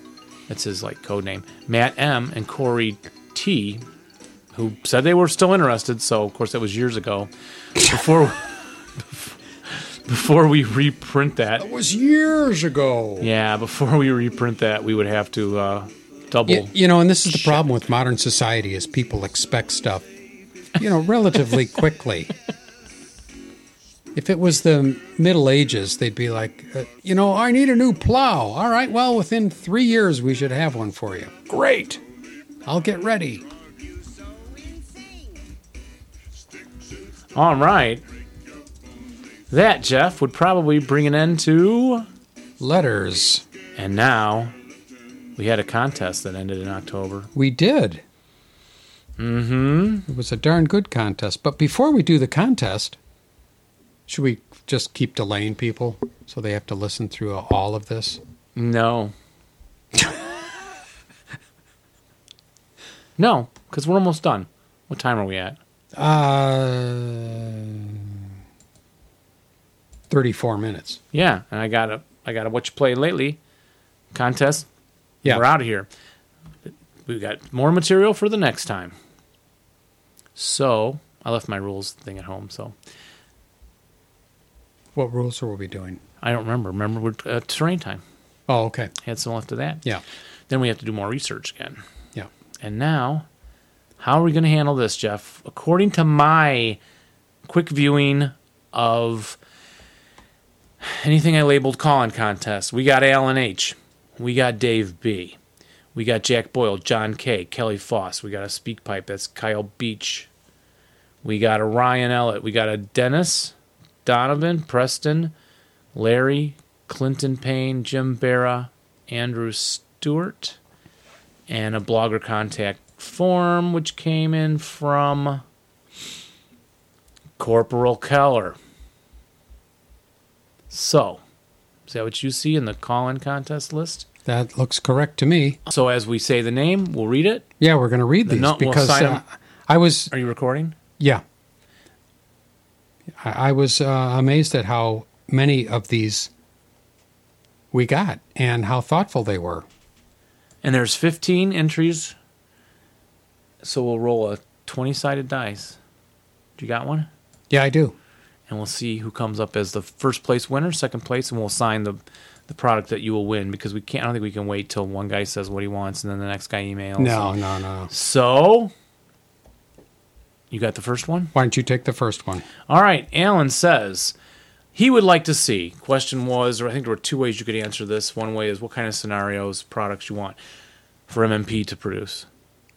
Speaker 5: that's his like code name, Matt M, and Corey T, who said they were still interested. So of course that was years ago. Before *laughs* before we reprint that,
Speaker 1: It was years ago.
Speaker 5: yeah, before we reprint that, we would have to uh, double.
Speaker 1: Y- you know, and this is the problem with modern society is people expect stuff, you know, *laughs* relatively quickly. If it was the Middle Ages, they'd be like, uh, you know, I need a new plow. All right, well, within three years, we should have one for you. Great. I'll get ready.
Speaker 5: All right. That, Jeff, would probably bring an end to.
Speaker 1: Letters.
Speaker 5: And now we had a contest that ended in October.
Speaker 1: We did. Mm hmm. It was a darn good contest. But before we do the contest, should we just keep delaying people so they have to listen through all of this?
Speaker 5: No. no, because we're almost done. What time are we at?
Speaker 1: Uh, 34 minutes.
Speaker 5: Yeah, and I got a I got a what you played lately contest.
Speaker 1: Yeah.
Speaker 5: we're out of here. We got more material for the next time. So I left my rules thing at home, so
Speaker 1: What rules are we doing?
Speaker 5: I don't remember. Remember, we're uh, terrain time.
Speaker 1: Oh, okay.
Speaker 5: Had some left of that.
Speaker 1: Yeah.
Speaker 5: Then we have to do more research again.
Speaker 1: Yeah.
Speaker 5: And now, how are we going to handle this, Jeff? According to my quick viewing of anything I labeled call in contest, we got Alan H., we got Dave B., we got Jack Boyle, John K., Kelly Foss, we got a speak pipe, that's Kyle Beach, we got a Ryan Ellett, we got a Dennis, Donovan, Preston, Larry, Clinton Payne, Jim Barra, Andrew Stewart and a blogger contact form, which came in from Corporal Keller. So, is that what you see in the call in contest list?
Speaker 1: That looks correct to me.
Speaker 5: So, as we say the name, we'll read it.
Speaker 1: Yeah, we're going to read
Speaker 5: The
Speaker 1: these
Speaker 5: note- we'll
Speaker 1: because
Speaker 5: sign
Speaker 1: uh,
Speaker 5: 'em.
Speaker 1: I was,
Speaker 5: Are you recording?
Speaker 1: yeah. I, I was uh, amazed at how many of these we got and how thoughtful they were.
Speaker 5: And there's 15 entries. So, we'll roll a 20 sided dice. Do you got one?
Speaker 1: Yeah, I do.
Speaker 5: and we'll see who comes up as the first place winner, second place, and we'll sign the the product that you will win because we can't. I don't think we can wait till one guy says what he wants and then the next guy emails.
Speaker 1: No, no, no.
Speaker 5: So you got the first one.
Speaker 1: Why don't you take the first one?
Speaker 5: All right. Alan says he would like to see. Question was, or I think there were two ways you could answer this. One way is what kind of scenarios, products you want for MMP to produce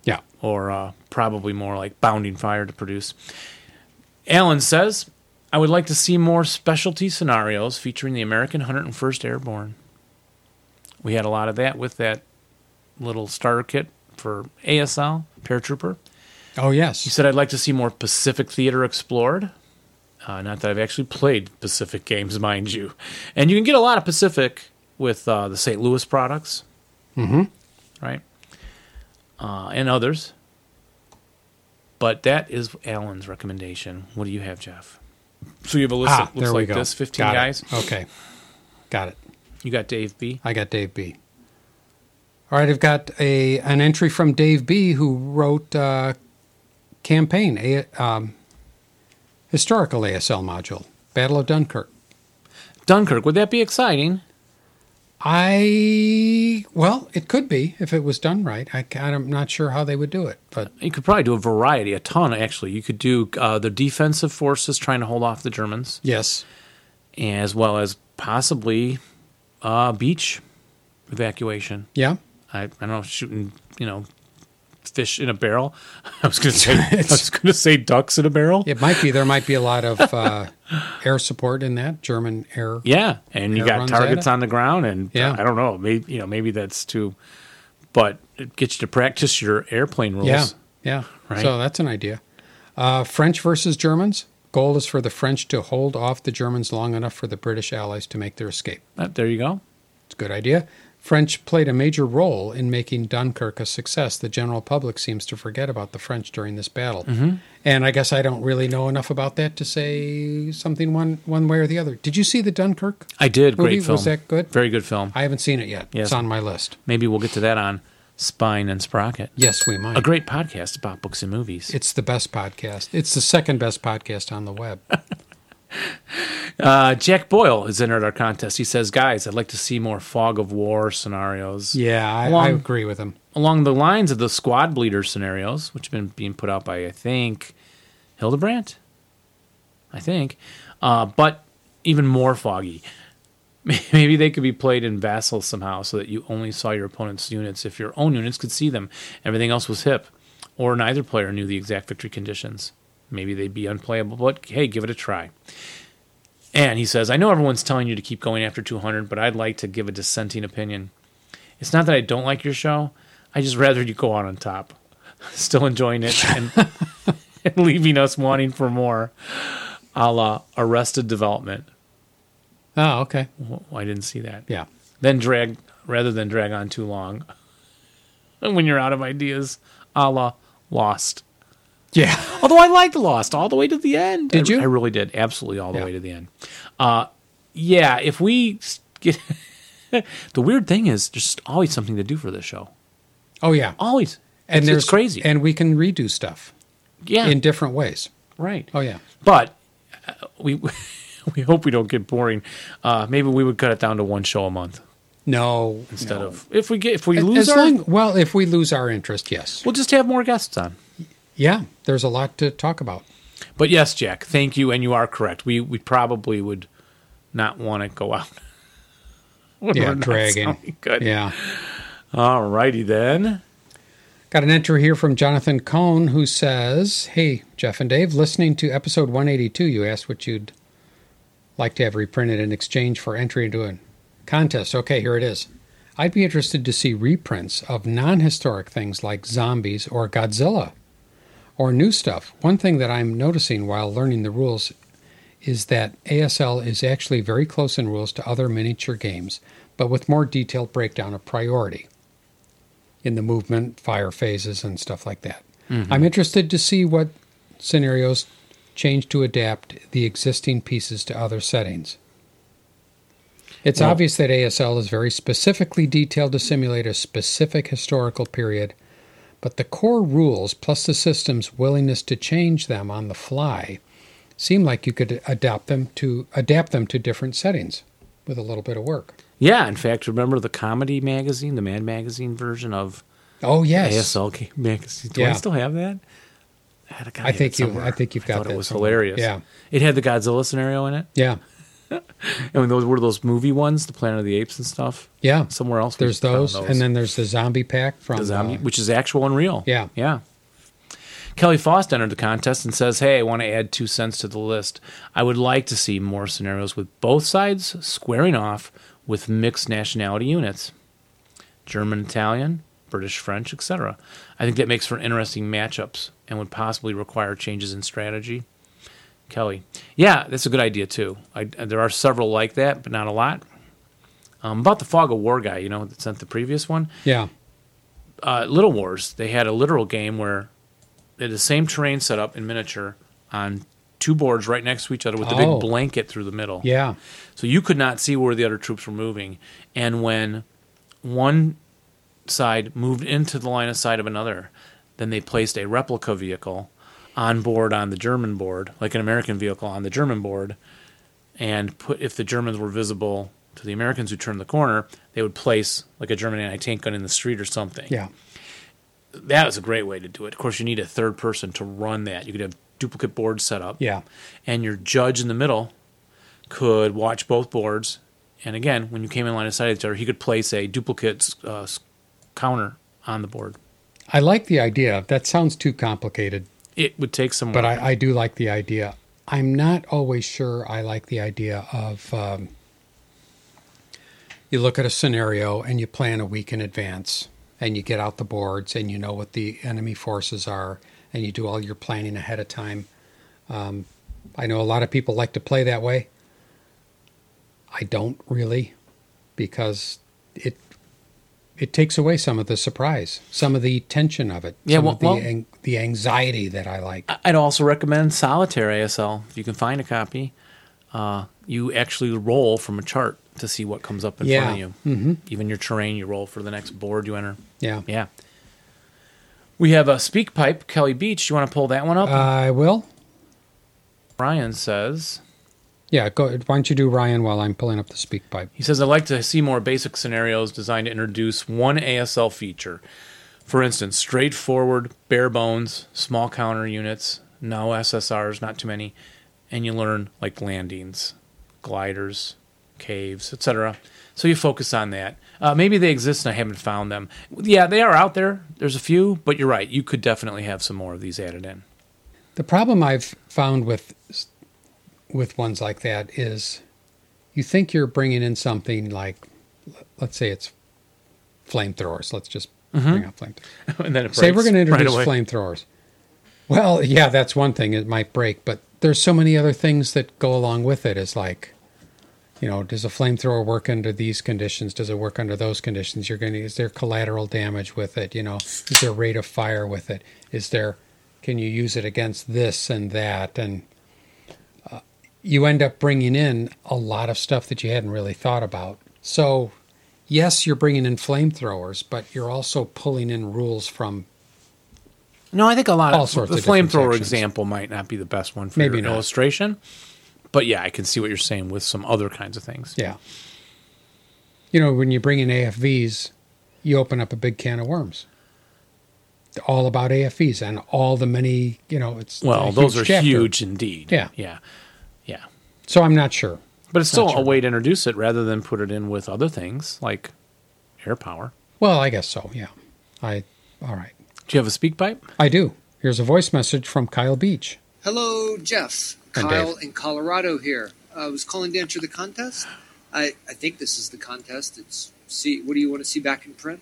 Speaker 1: Yeah.
Speaker 5: or uh, probably more like Bounding Fire to produce. Allen says, I would like to see more specialty scenarios featuring the American 101st Airborne. We had a lot of that with that little starter kit for ASL, Paratrooper.
Speaker 1: Oh,
Speaker 5: He
Speaker 1: yes.
Speaker 5: said, I'd like to see more Pacific theater explored. Uh, not that I've actually played Pacific games, *laughs* mind you. And you can get a lot of Pacific with uh, the St. Louis products. Mm-hmm. Right? Uh, and others. But that is Alan's recommendation. What do you have, Jeff? So you have a list
Speaker 1: Ah,
Speaker 5: that looks
Speaker 1: there we
Speaker 5: like
Speaker 1: go.
Speaker 5: this 15
Speaker 1: Got it.
Speaker 5: guys.
Speaker 1: Okay. Got it.
Speaker 5: You got Dave B.
Speaker 1: I got Dave B. All right, I've got a an entry from Dave B. who wrote uh, campaign a, um, historical ASL module Battle of Dunkirk.
Speaker 5: Dunkirk, would that be exciting?
Speaker 1: I well, it could be if it was done right. I, am not sure how they would do it, but
Speaker 5: You could probably do a variety, a ton, actually. You could do uh, the defensive forces trying to hold off the Germans.
Speaker 1: yes,
Speaker 5: as well as possibly uh, beach evacuation.
Speaker 1: yeah,
Speaker 5: I, I don't know, shooting you know fish in a barrel. *laughs* I was gonna say I was gonna say ducks in a barrel.
Speaker 1: it might be. There might be a lot of uh, air support in that German air.
Speaker 5: Yeah, and you
Speaker 1: Air
Speaker 5: got
Speaker 1: runs at
Speaker 5: targets
Speaker 1: it.
Speaker 5: on the ground, and
Speaker 1: Yeah.
Speaker 5: I don't know, maybe you know maybe that's too, but it gets you to practice your airplane rules.
Speaker 1: Yeah, yeah.
Speaker 5: Right.
Speaker 1: So that's an idea. Uh, French versus Germans. Goal is for the French to hold off the Germans long enough for the British allies to make their escape.
Speaker 5: Uh, there you go.
Speaker 1: It's a good idea. French played a major role in making Dunkirk a success. The general public seems to forget about the French during this battle.
Speaker 5: Mm-hmm.
Speaker 1: And I guess I don't really know enough about that to say something one, one way or the other. Did you see the Dunkirk?
Speaker 5: I did.
Speaker 1: Movie,
Speaker 5: Great film.
Speaker 1: was that good?
Speaker 5: Very good film.
Speaker 1: I haven't seen it yet.
Speaker 5: Yes.
Speaker 1: It's on my list.
Speaker 5: Maybe we'll get to that on Spine and Sprocket.
Speaker 1: Yes, we might.
Speaker 5: A great podcast about books and movies.
Speaker 1: It's the best podcast. It's the second best podcast on the web.
Speaker 5: Uh, Jack Boyle has entered our contest. He says, "Guys, I'd like to see more fog of war scenarios
Speaker 1: Yeah, I, I
Speaker 5: Long-
Speaker 1: agree with him.
Speaker 5: along the lines of the squad bleeder scenarios, which have been being put out by I think Hildebrandt, I think, uh, but even more foggy. *laughs* Maybe they could be played in vassal somehow, so that you only saw your opponent's units if your own units could see them. Everything else was hip, or neither player knew the exact victory conditions. Maybe they'd be unplayable, but hey, give it a try." And he says, I know everyone's telling you to keep going after 200, but I'd like to give a dissenting opinion. It's not that I don't like your show. I just rather you go out on top. *laughs* Still enjoying it and, *laughs* and leaving us wanting for more. A la Arrested Development.
Speaker 1: Oh, okay.
Speaker 5: Well, I didn't see that.
Speaker 1: Yeah.
Speaker 5: Then drag, rather than drag on too long. *laughs* When you're out of ideas, a la Lost.
Speaker 1: Yeah.
Speaker 5: Although I liked Lost all the way to the end.
Speaker 1: Did
Speaker 5: I-
Speaker 1: you?
Speaker 5: I really did. Absolutely all the
Speaker 1: Yeah.
Speaker 5: way to the end. Uh, yeah, if we s- *laughs* get. the weird thing is, there's just always something to do for this show.
Speaker 1: Oh, yeah.
Speaker 5: Always.
Speaker 1: And
Speaker 5: it's,
Speaker 1: there's
Speaker 5: it's crazy.
Speaker 1: And we can redo stuff
Speaker 5: yeah.
Speaker 1: in different ways.
Speaker 5: right.
Speaker 1: Oh, yeah.
Speaker 5: But uh, we. *laughs* We hope we don't get boring. Uh, maybe we would cut it down to one show a month
Speaker 1: No.
Speaker 5: instead
Speaker 1: no.
Speaker 5: of if we get if we
Speaker 1: As
Speaker 5: lose our,
Speaker 1: long- well, if we lose our interest, yes.
Speaker 5: we'll just have more guests on.
Speaker 1: Yeah, there's a lot to talk about.
Speaker 5: But yes, Jack, thank you, and you are correct. We we probably would not want to go out. *laughs* when
Speaker 1: Yeah,
Speaker 5: we're not
Speaker 1: dragging.
Speaker 5: sounding Good.
Speaker 1: Yeah.
Speaker 5: All righty then.
Speaker 1: Got an entry here from Jonathan Cohn who says, Hey, Jeff and Dave, listening to episode 182, you asked what you'd like to have reprinted in exchange for entry into a contest. Okay, here it is. I'd be interested to see reprints of non historic things like zombies or Godzilla or new stuff. One thing that I'm noticing while learning the rules is that ASL is actually very close in rules to other miniature games, but with more detailed breakdown of priority in the movement, fire phases, and stuff like that.
Speaker 5: Mm-hmm.
Speaker 1: I'm interested to see what scenarios change to adapt the existing pieces to other settings. It's
Speaker 5: Well-
Speaker 1: obvious that ASL is very specifically detailed to simulate a specific historical period, but the core rules plus the system's willingness to change them on the fly seem like you could adapt them to adapt them to different settings with a little bit of work.
Speaker 5: Yeah, in fact, remember the comedy magazine, the Mad Magazine version of
Speaker 1: Oh yes,
Speaker 5: ASL Game Magazine? Do I
Speaker 1: Yeah.
Speaker 5: still have that? God, gotta
Speaker 1: I
Speaker 5: have
Speaker 1: think
Speaker 5: it
Speaker 1: you-
Speaker 5: somewhere.
Speaker 1: I think you've got
Speaker 5: thought
Speaker 1: that
Speaker 5: It was
Speaker 1: somewhere.
Speaker 5: hilarious.
Speaker 1: Yeah.
Speaker 5: it had the Godzilla scenario in it,
Speaker 1: yeah,
Speaker 5: and those were those movie ones, the Planet of the Apes and stuff.
Speaker 1: yeah.
Speaker 5: Somewhere else, we
Speaker 1: There's
Speaker 5: found
Speaker 1: those, and then there's the zombie pack from
Speaker 5: the zombie,
Speaker 1: uh,
Speaker 5: which is actual and real.
Speaker 1: Yeah.
Speaker 5: Yeah. Kelly Faust entered the contest and says, Hey, I want to add two cents to the list. I would like to see more scenarios with both sides squaring off with mixed nationality units German, Italian, British, French, etc. I think that makes for interesting matchups and would possibly require changes in strategy. Kelly. Yeah, that's a good idea, too. I, there are several like that, but not a lot. Um, about the Fog of War guy, you know, that sent the previous one
Speaker 1: yeah,
Speaker 5: uh, Little Wars, they had a literal game where they had the same terrain set up in miniature on two boards right next to each other with the
Speaker 1: Oh.
Speaker 5: big blanket through the middle.
Speaker 1: yeah,
Speaker 5: So you could not see where the other troops were moving. And when one side moved into the line of sight of another, then they placed a replica vehicle on board on the German board, like an American vehicle on the German board, and put if the Germans were visible to the Americans who turned the corner, they would place like a German anti tank gun in the street or something
Speaker 1: yeah,
Speaker 5: that was a great way to do it. Of course, you need a third person to run that. You could have duplicate boards set up.
Speaker 1: yeah,
Speaker 5: And your judge in the middle could watch both boards. And again, when you came in line of sight of each other, he could place a duplicate uh, s- counter on the board.
Speaker 1: I like the idea. That sounds too complicated,
Speaker 5: It would take some
Speaker 1: but
Speaker 5: work.
Speaker 1: I, I do like the idea. I'm not always sure I like the idea of um, you look at a scenario and you plan a week in advance and you get out the boards and you know what the enemy forces are and you do all your planning ahead of time. Um, I know a lot of people like to play that way. I don't really because it it takes away some of the surprise, some of the tension of it,
Speaker 5: Yeah,
Speaker 1: some
Speaker 5: well-
Speaker 1: of the
Speaker 5: well-
Speaker 1: ang- the anxiety that I like.
Speaker 5: I- I'd also recommend Solitaire ASL if you can find a copy. Uh, you actually roll from a chart to see what comes up in front of
Speaker 1: Yeah. Mm-hmm.
Speaker 5: you. Even your terrain, you roll for the next board you enter.
Speaker 1: Yeah.
Speaker 5: Yeah. We have a speak pipe, Kelly Beach. You want to pull that one up?
Speaker 1: I will.
Speaker 5: Ryan says
Speaker 1: Yeah, go. Why don't you do Ryan while I'm pulling up the speak pipe?
Speaker 5: He says, I'd like to see more basic scenarios designed to introduce one ASL feature. For instance, straightforward, bare bones, small counter units, no SSRs, not too many, and you learn like landings, gliders, caves, etc. So you focus on that. Uh, maybe they exist and I haven't found them. Yeah, they are out there. There's a few, but you're right. You could definitely have some more of these added in. *laughs*
Speaker 1: The problem I've found with with ones like that is you think you're bringing in something like let's say it's flamethrowers. Let's just
Speaker 5: Mm-hmm.
Speaker 1: bring up flamethrowers.
Speaker 5: and then it
Speaker 1: Say we're
Speaker 5: breaks
Speaker 1: going to
Speaker 5: right
Speaker 1: introduce
Speaker 5: away.
Speaker 1: flamethrowers. Well, yeah, that's one thing. It might break, but there's so many other things that go along with it. Is like, you know, does a flamethrower work under these conditions? Does it work under those conditions? You're going to is there collateral damage with it? You know, is there rate of fire with it? Is there can you use it against this and that? And uh, you end up bringing in a lot of stuff that you hadn't really thought about. So yes, you're bringing in flamethrowers, but you're also pulling in rules from
Speaker 5: No, I think a lot
Speaker 1: All
Speaker 5: of
Speaker 1: sorts
Speaker 5: the
Speaker 1: of different
Speaker 5: flamethrower
Speaker 1: sections.
Speaker 5: example might not be the best one for
Speaker 1: Maybe
Speaker 5: your
Speaker 1: not.
Speaker 5: illustration. But yeah, I can see what you're saying with some other kinds of things.
Speaker 1: Yeah. You know, when you bring in AFVs, you open up a big can of worms. They're all about AFVs and all the many, you know, it's
Speaker 5: Well,
Speaker 1: a
Speaker 5: those are
Speaker 1: chapter.
Speaker 5: huge indeed.
Speaker 1: Yeah.
Speaker 5: Yeah. Yeah.
Speaker 1: So I'm not sure.
Speaker 5: But it's still
Speaker 1: Not
Speaker 5: a
Speaker 1: sure.
Speaker 5: way to introduce it rather than put it in with other things like air power.
Speaker 1: Well, I guess so. Yeah. I all right.
Speaker 5: Do you have a speak pipe?
Speaker 1: I do. Here's a voice message from Kyle Beach.
Speaker 7: Hello, Jeff.
Speaker 1: And
Speaker 7: Kyle in Colorado here. I was calling to enter the contest. I, I think this is the contest. It's see what do you want to see back in print?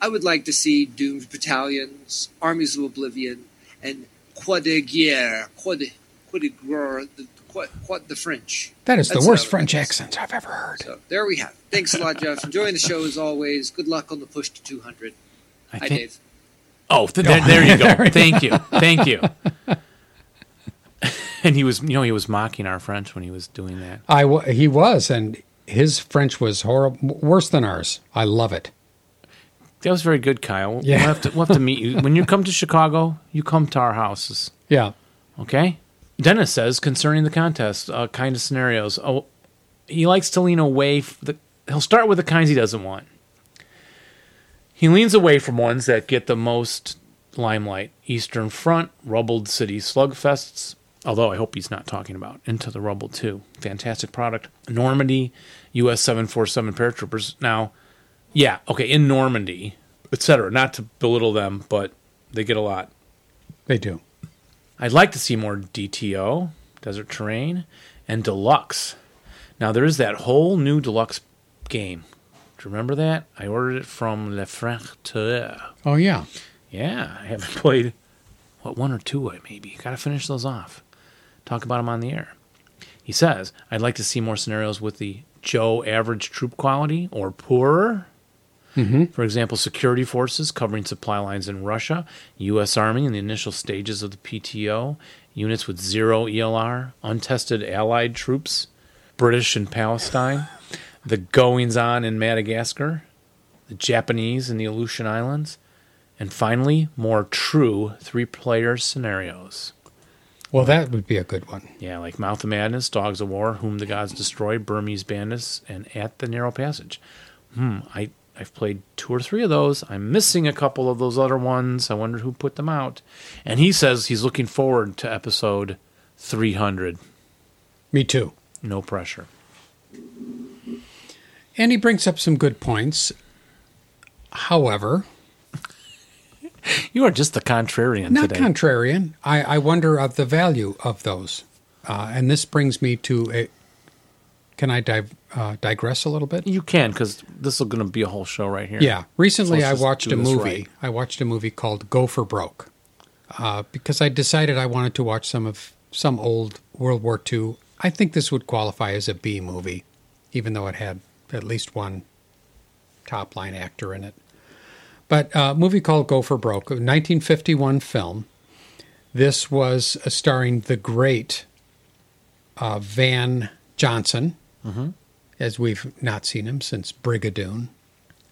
Speaker 7: I would like to see Doomed Battalions, Armies of Oblivion, and Croix de Guerre, Croix de, Croix de Guerre, the, Croix, Croix de French.
Speaker 1: That is
Speaker 7: That's
Speaker 1: the worst
Speaker 7: not-
Speaker 1: French accent I've ever heard.
Speaker 7: So there we have. it. Thanks a lot, Jeff. Enjoying the show as always. Good luck on the push to 200. Hi, Dave.
Speaker 5: Oh, th- there, there
Speaker 1: *laughs*
Speaker 5: you go. Thank you. Thank you. *laughs* and he was, you know, he was mocking our French when he was doing that.
Speaker 1: I wa he was and his French was horrible, worse than ours. I love it.
Speaker 5: That was very good, Kyle.
Speaker 1: Yeah.
Speaker 5: We'll, have to, we'll have to meet you. When you come to Chicago, you come to our houses.
Speaker 1: Yeah.
Speaker 5: Okay. Dennis says concerning the contest, uh, kind of scenarios. Oh, he likes to lean away. F- the, he'll start with the kinds he doesn't want. He leans away from ones that get the most limelight: Eastern Front, rubbled city slugfests. Although I hope he's not talking about Into the Rubble too. Fantastic product. Normandy, U.S. seven four seven paratroopers. Now, yeah, okay, in Normandy, etc. Not to belittle them, but they get a lot.
Speaker 1: They do.
Speaker 5: I'd like to see more DTO, Desert Terrain, and Deluxe. Now, there is that whole new Deluxe game. Do you remember that? I ordered it from Le Fracteur.
Speaker 1: Oh yeah.
Speaker 5: Yeah, I haven't *laughs* played, what, one or two, I maybe. Gotta finish those off. Talk about them on the air. He says, I'd like to see more scenarios with the Joe average troop quality or poorer.
Speaker 1: Mm-hmm.
Speaker 5: For example, security forces covering supply lines in Russia, U.S. Army in the initial stages of the PTO, units with zero ELR, untested Allied troops, British in Palestine, the goings on in Madagascar, the Japanese in the Aleutian Islands, and finally, more true three player scenarios.
Speaker 1: Well, that would be a good one.
Speaker 5: Yeah, like Mouth of Madness, Dogs of War, Whom the Gods Destroy, Burmese Bandits, and At the Narrow Passage. Hmm, I, I've played two or three of those. I'm missing a couple of those other ones. I wonder who put them out. And he says he's looking forward to episode 300.
Speaker 1: Me too.
Speaker 5: No pressure.
Speaker 1: And he brings up some good points. However,
Speaker 5: You are just the contrarian
Speaker 1: not
Speaker 5: today.
Speaker 1: contrarian, I, I wonder of the value of those. Uh, and this brings me to a. Can I dive, uh, digress a little bit?
Speaker 5: you can, because this is going to be a whole show right here.
Speaker 1: Yeah. Recently,
Speaker 5: So
Speaker 1: I
Speaker 5: let's just
Speaker 1: watched
Speaker 5: do
Speaker 1: a
Speaker 5: this
Speaker 1: movie.
Speaker 5: right.
Speaker 1: I watched a movie called Go for Broke uh, because I decided I wanted to watch some of some old World War II. I think this would qualify as a B movie, even though it had at least one top line actor in it. But uh, a movie called Go for Broke, a 1951 film. This was uh, starring the great uh, Van Johnson,
Speaker 5: Mm-hmm.
Speaker 1: as we've not seen him since Brigadoon.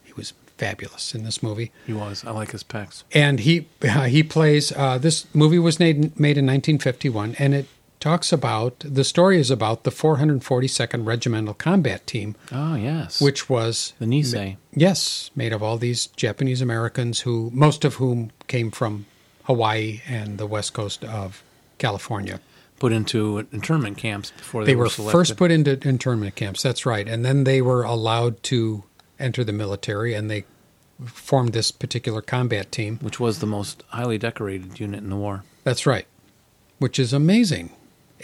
Speaker 1: He was fabulous in this movie
Speaker 5: He was. I like his pecs.
Speaker 1: and he he plays uh, this movie was made made in 1951 and it talks about the story is about the 442nd regimental combat team
Speaker 5: Oh yes.
Speaker 1: which was
Speaker 5: the Nisei.
Speaker 1: yes made of all these Japanese Americans who most of whom came from Hawaii and the west coast of California
Speaker 5: put into internment camps before they,
Speaker 1: they were
Speaker 5: selected.
Speaker 1: first put into internment camps that's right and then they were allowed to enter the military and they formed this particular combat team
Speaker 5: which was the most highly decorated unit in the war.
Speaker 1: That's right, which is amazing.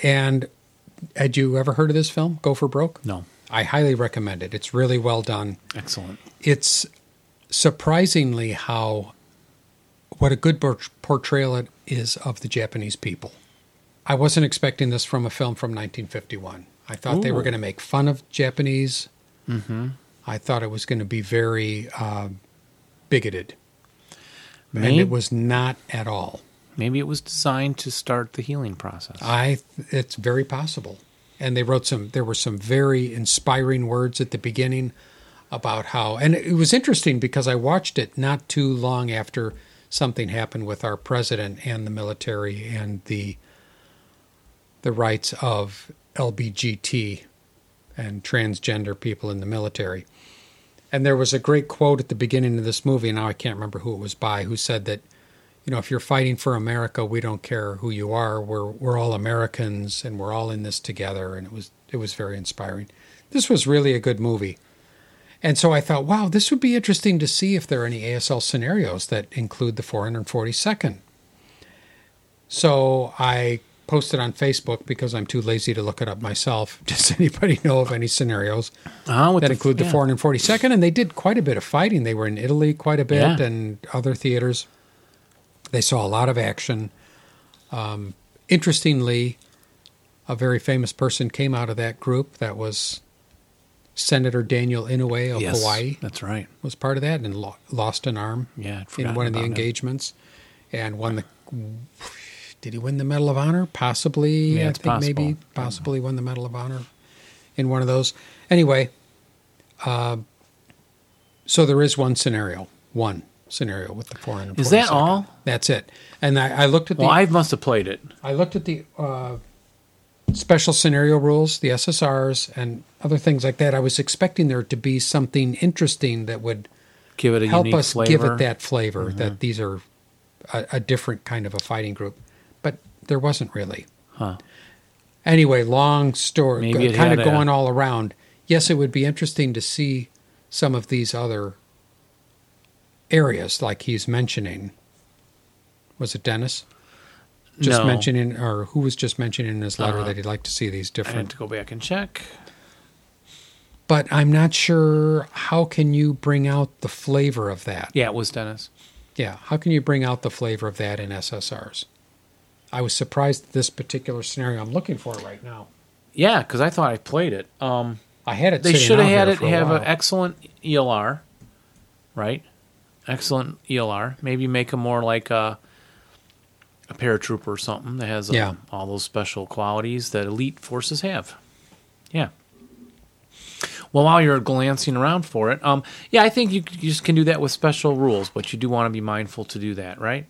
Speaker 1: And had you ever heard of this film, Go for Broke?
Speaker 5: No,
Speaker 1: I highly recommend it. It's really well done.
Speaker 5: excellent.
Speaker 1: It's surprisingly how what a good por- portrayal it is of the Japanese people. I wasn't expecting this from a film from 1951. I thought they were
Speaker 5: Ooh. Mm-hmm.
Speaker 1: going to make fun of Japanese. I thought it was going to be very uh, bigoted, and
Speaker 5: Maybe-
Speaker 1: it was not at all.
Speaker 5: Maybe it was designed to start the healing process.
Speaker 1: I it's very possible. And they wrote some there were some very inspiring words at the beginning about how and it was interesting because I watched it not too long after something happened with our president and the military and the the rights of LBGT and transgender people in the military. And there was a great quote at the beginning of this movie, and now I can't remember who it was by, who said that you know, if you're fighting for America, we don't care who you are. We're we're all Americans and we're all in this together and it was it was very inspiring. This was really a good movie. And so I thought, wow, this would be interesting to see if there are any ASL scenarios that include the 442nd. So I posted on Facebook because I'm too lazy to look it up myself. *laughs* Does anybody know of any scenarios
Speaker 5: Uh-huh, with
Speaker 1: that
Speaker 5: the-
Speaker 1: include the
Speaker 5: yeah.
Speaker 1: 442nd? And they did quite a bit of fighting. They were in Italy quite a bit
Speaker 5: Yeah.
Speaker 1: and other theaters. They saw a lot of action. Um, interestingly, a very famous person came out of that group. That was Senator Daniel Inouye of
Speaker 5: Yes,
Speaker 1: Hawaii
Speaker 5: That's right.
Speaker 1: was part of that and lo- lost an arm
Speaker 5: Yeah, I'd
Speaker 1: in
Speaker 5: forgotten
Speaker 1: one of the
Speaker 5: about him.
Speaker 1: engagements and won the did he win the medal of honor possibly
Speaker 5: Yeah,
Speaker 1: i
Speaker 5: it's
Speaker 1: think maybe
Speaker 5: possible.
Speaker 1: possibly won the medal of honor in one of those anyway uh, so there is one scenario one scenario with the foreign
Speaker 5: Is that all?
Speaker 1: that's it and i, I looked at the
Speaker 5: Well, I must have played it.
Speaker 1: I looked at the uh, special scenario rules, the SSRs, and other things like that. I was expecting there to be something interesting that would
Speaker 5: Give it a
Speaker 1: help
Speaker 5: unique
Speaker 1: us
Speaker 5: flavor. Mm-hmm.
Speaker 1: give it that flavor that these are a, a different kind of a fighting group. But there wasn't really.
Speaker 5: Huh.
Speaker 1: Anyway, long story,
Speaker 5: Maybe it
Speaker 1: kind
Speaker 5: had
Speaker 1: of
Speaker 5: a-
Speaker 1: going all around. Yes, it would be interesting to see some of these other areas, like he's mentioning. Was it Dennis? Just
Speaker 5: No.
Speaker 1: mentioning, or who was just mentioning in his letter
Speaker 5: Uh-huh.
Speaker 1: that he'd like to see these
Speaker 5: I had
Speaker 1: different.
Speaker 5: to go back and check.
Speaker 1: But I'm not sure how can you bring out the flavor of that.
Speaker 5: Yeah, it was Dennis.
Speaker 1: Yeah, how can you bring out the flavor of that in SSRs? I was surprised at this particular scenario. I'm looking for it right now.
Speaker 5: Yeah, because I thought I played it. Um,
Speaker 1: I had it.
Speaker 5: they
Speaker 1: sitting
Speaker 5: should have
Speaker 1: out
Speaker 5: had
Speaker 1: here
Speaker 5: it
Speaker 1: for a
Speaker 5: have an
Speaker 1: while.
Speaker 5: excellent ELR, right? Excellent ELR. Maybe make him more like a, a paratrooper or something that has um,
Speaker 1: Yeah.
Speaker 5: all those special qualities that elite forces have. Yeah. Well, while you're glancing around for it, um, yeah, I think you, c- you just can do that with special rules, but you do want to be mindful to do that, right?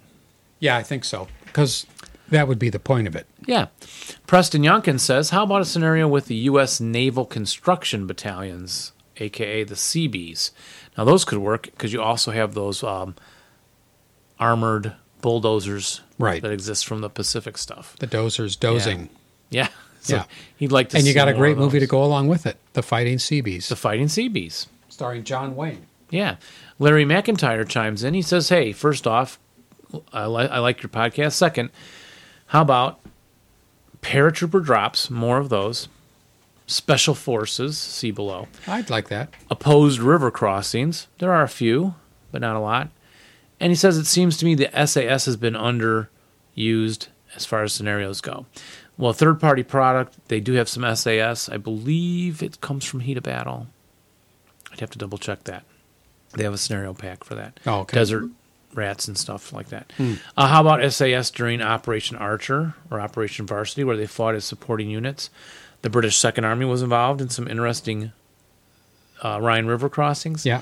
Speaker 1: Yeah, I think so. Because that would be the point of it.
Speaker 5: Yeah. Preston Yonkin says, How about a scenario with the U.S. Naval Construction Battalions, aka the CBs? Now, those could work because you also have those um, armored bulldozers
Speaker 1: Right.
Speaker 5: that exist from the Pacific stuff.
Speaker 1: The dozers dozing.
Speaker 5: Yeah. *laughs* So
Speaker 1: Yeah.
Speaker 5: He'd like to
Speaker 1: And you
Speaker 5: see
Speaker 1: got a
Speaker 5: more
Speaker 1: great
Speaker 5: of
Speaker 1: movie to
Speaker 5: those.
Speaker 1: go along with it The Fighting Seabees,
Speaker 5: The Fighting CBs.
Speaker 1: starring John Wayne.
Speaker 5: Yeah. Larry McIntyre chimes in. He says, Hey, first off, I, li- I like your podcast. Second, how about paratrooper drops, more of those, special forces, see below,
Speaker 1: I'd like that.
Speaker 5: opposed river crossings. There are a few, but not a lot. And he says, It seems to me the SAS has been underused as far as scenarios go. Well, third party product, they do have some SAS. I believe it comes from Heat of Battle. I'd have to double check that. They have a scenario pack for that.
Speaker 1: Oh, okay. Hmm.
Speaker 5: Desert rats and stuff like that. Uh, how about SAS during Operation Archer or Operation Varsity, where they fought as supporting units? The British Second Army was involved in some interesting uh, Rhine River crossings.
Speaker 1: Yeah.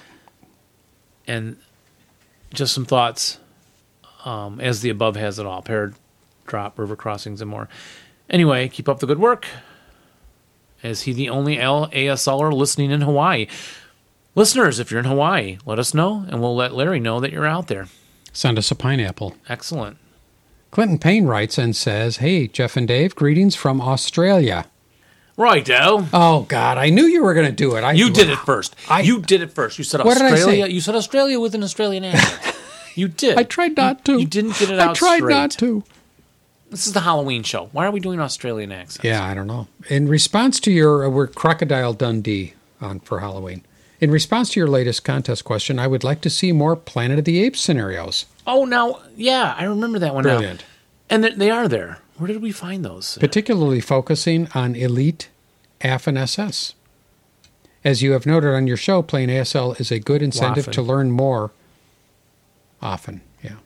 Speaker 5: And just some thoughts um, as the above has it all paired drop, river crossings, and more. Anyway, keep up the good work. Is he the only L- ASLer listening in Hawaii? Listeners, if you're in Hawaii, let us know, and we'll let Larry know that you're out there.
Speaker 1: Send us a pineapple.
Speaker 5: Excellent.
Speaker 1: Clinton Payne writes and says, Hey, Jeff and Dave, greetings from Australia.
Speaker 5: Right, Dale.
Speaker 1: Oh, God, I knew you were going to do it. I
Speaker 5: You did it first.
Speaker 1: I-
Speaker 5: you did it first. You said
Speaker 1: What did I
Speaker 5: Australia.
Speaker 1: say?
Speaker 5: You said Australia with an
Speaker 1: *laughs*
Speaker 5: Australian accent. you did.
Speaker 1: I tried not to.
Speaker 5: You didn't get it
Speaker 1: I
Speaker 5: out
Speaker 1: tried
Speaker 5: straight.
Speaker 1: not to.
Speaker 5: This is the Halloween show. Why are we doing Australian accents?
Speaker 1: Yeah, I don't know. In response to your, uh, we're Crocodile Dundee on for Halloween. In response to your latest contest question, I would like to see more Planet of the Apes scenarios.
Speaker 5: Oh, now, yeah, I remember that one. now.
Speaker 1: Brilliant.
Speaker 5: And th- they are there. Where did we find those?
Speaker 1: particularly focusing on elite AF and SS. As you have noted on your show, playing ASL is a good incentive
Speaker 5: Waffen.
Speaker 1: to learn more often. Yeah.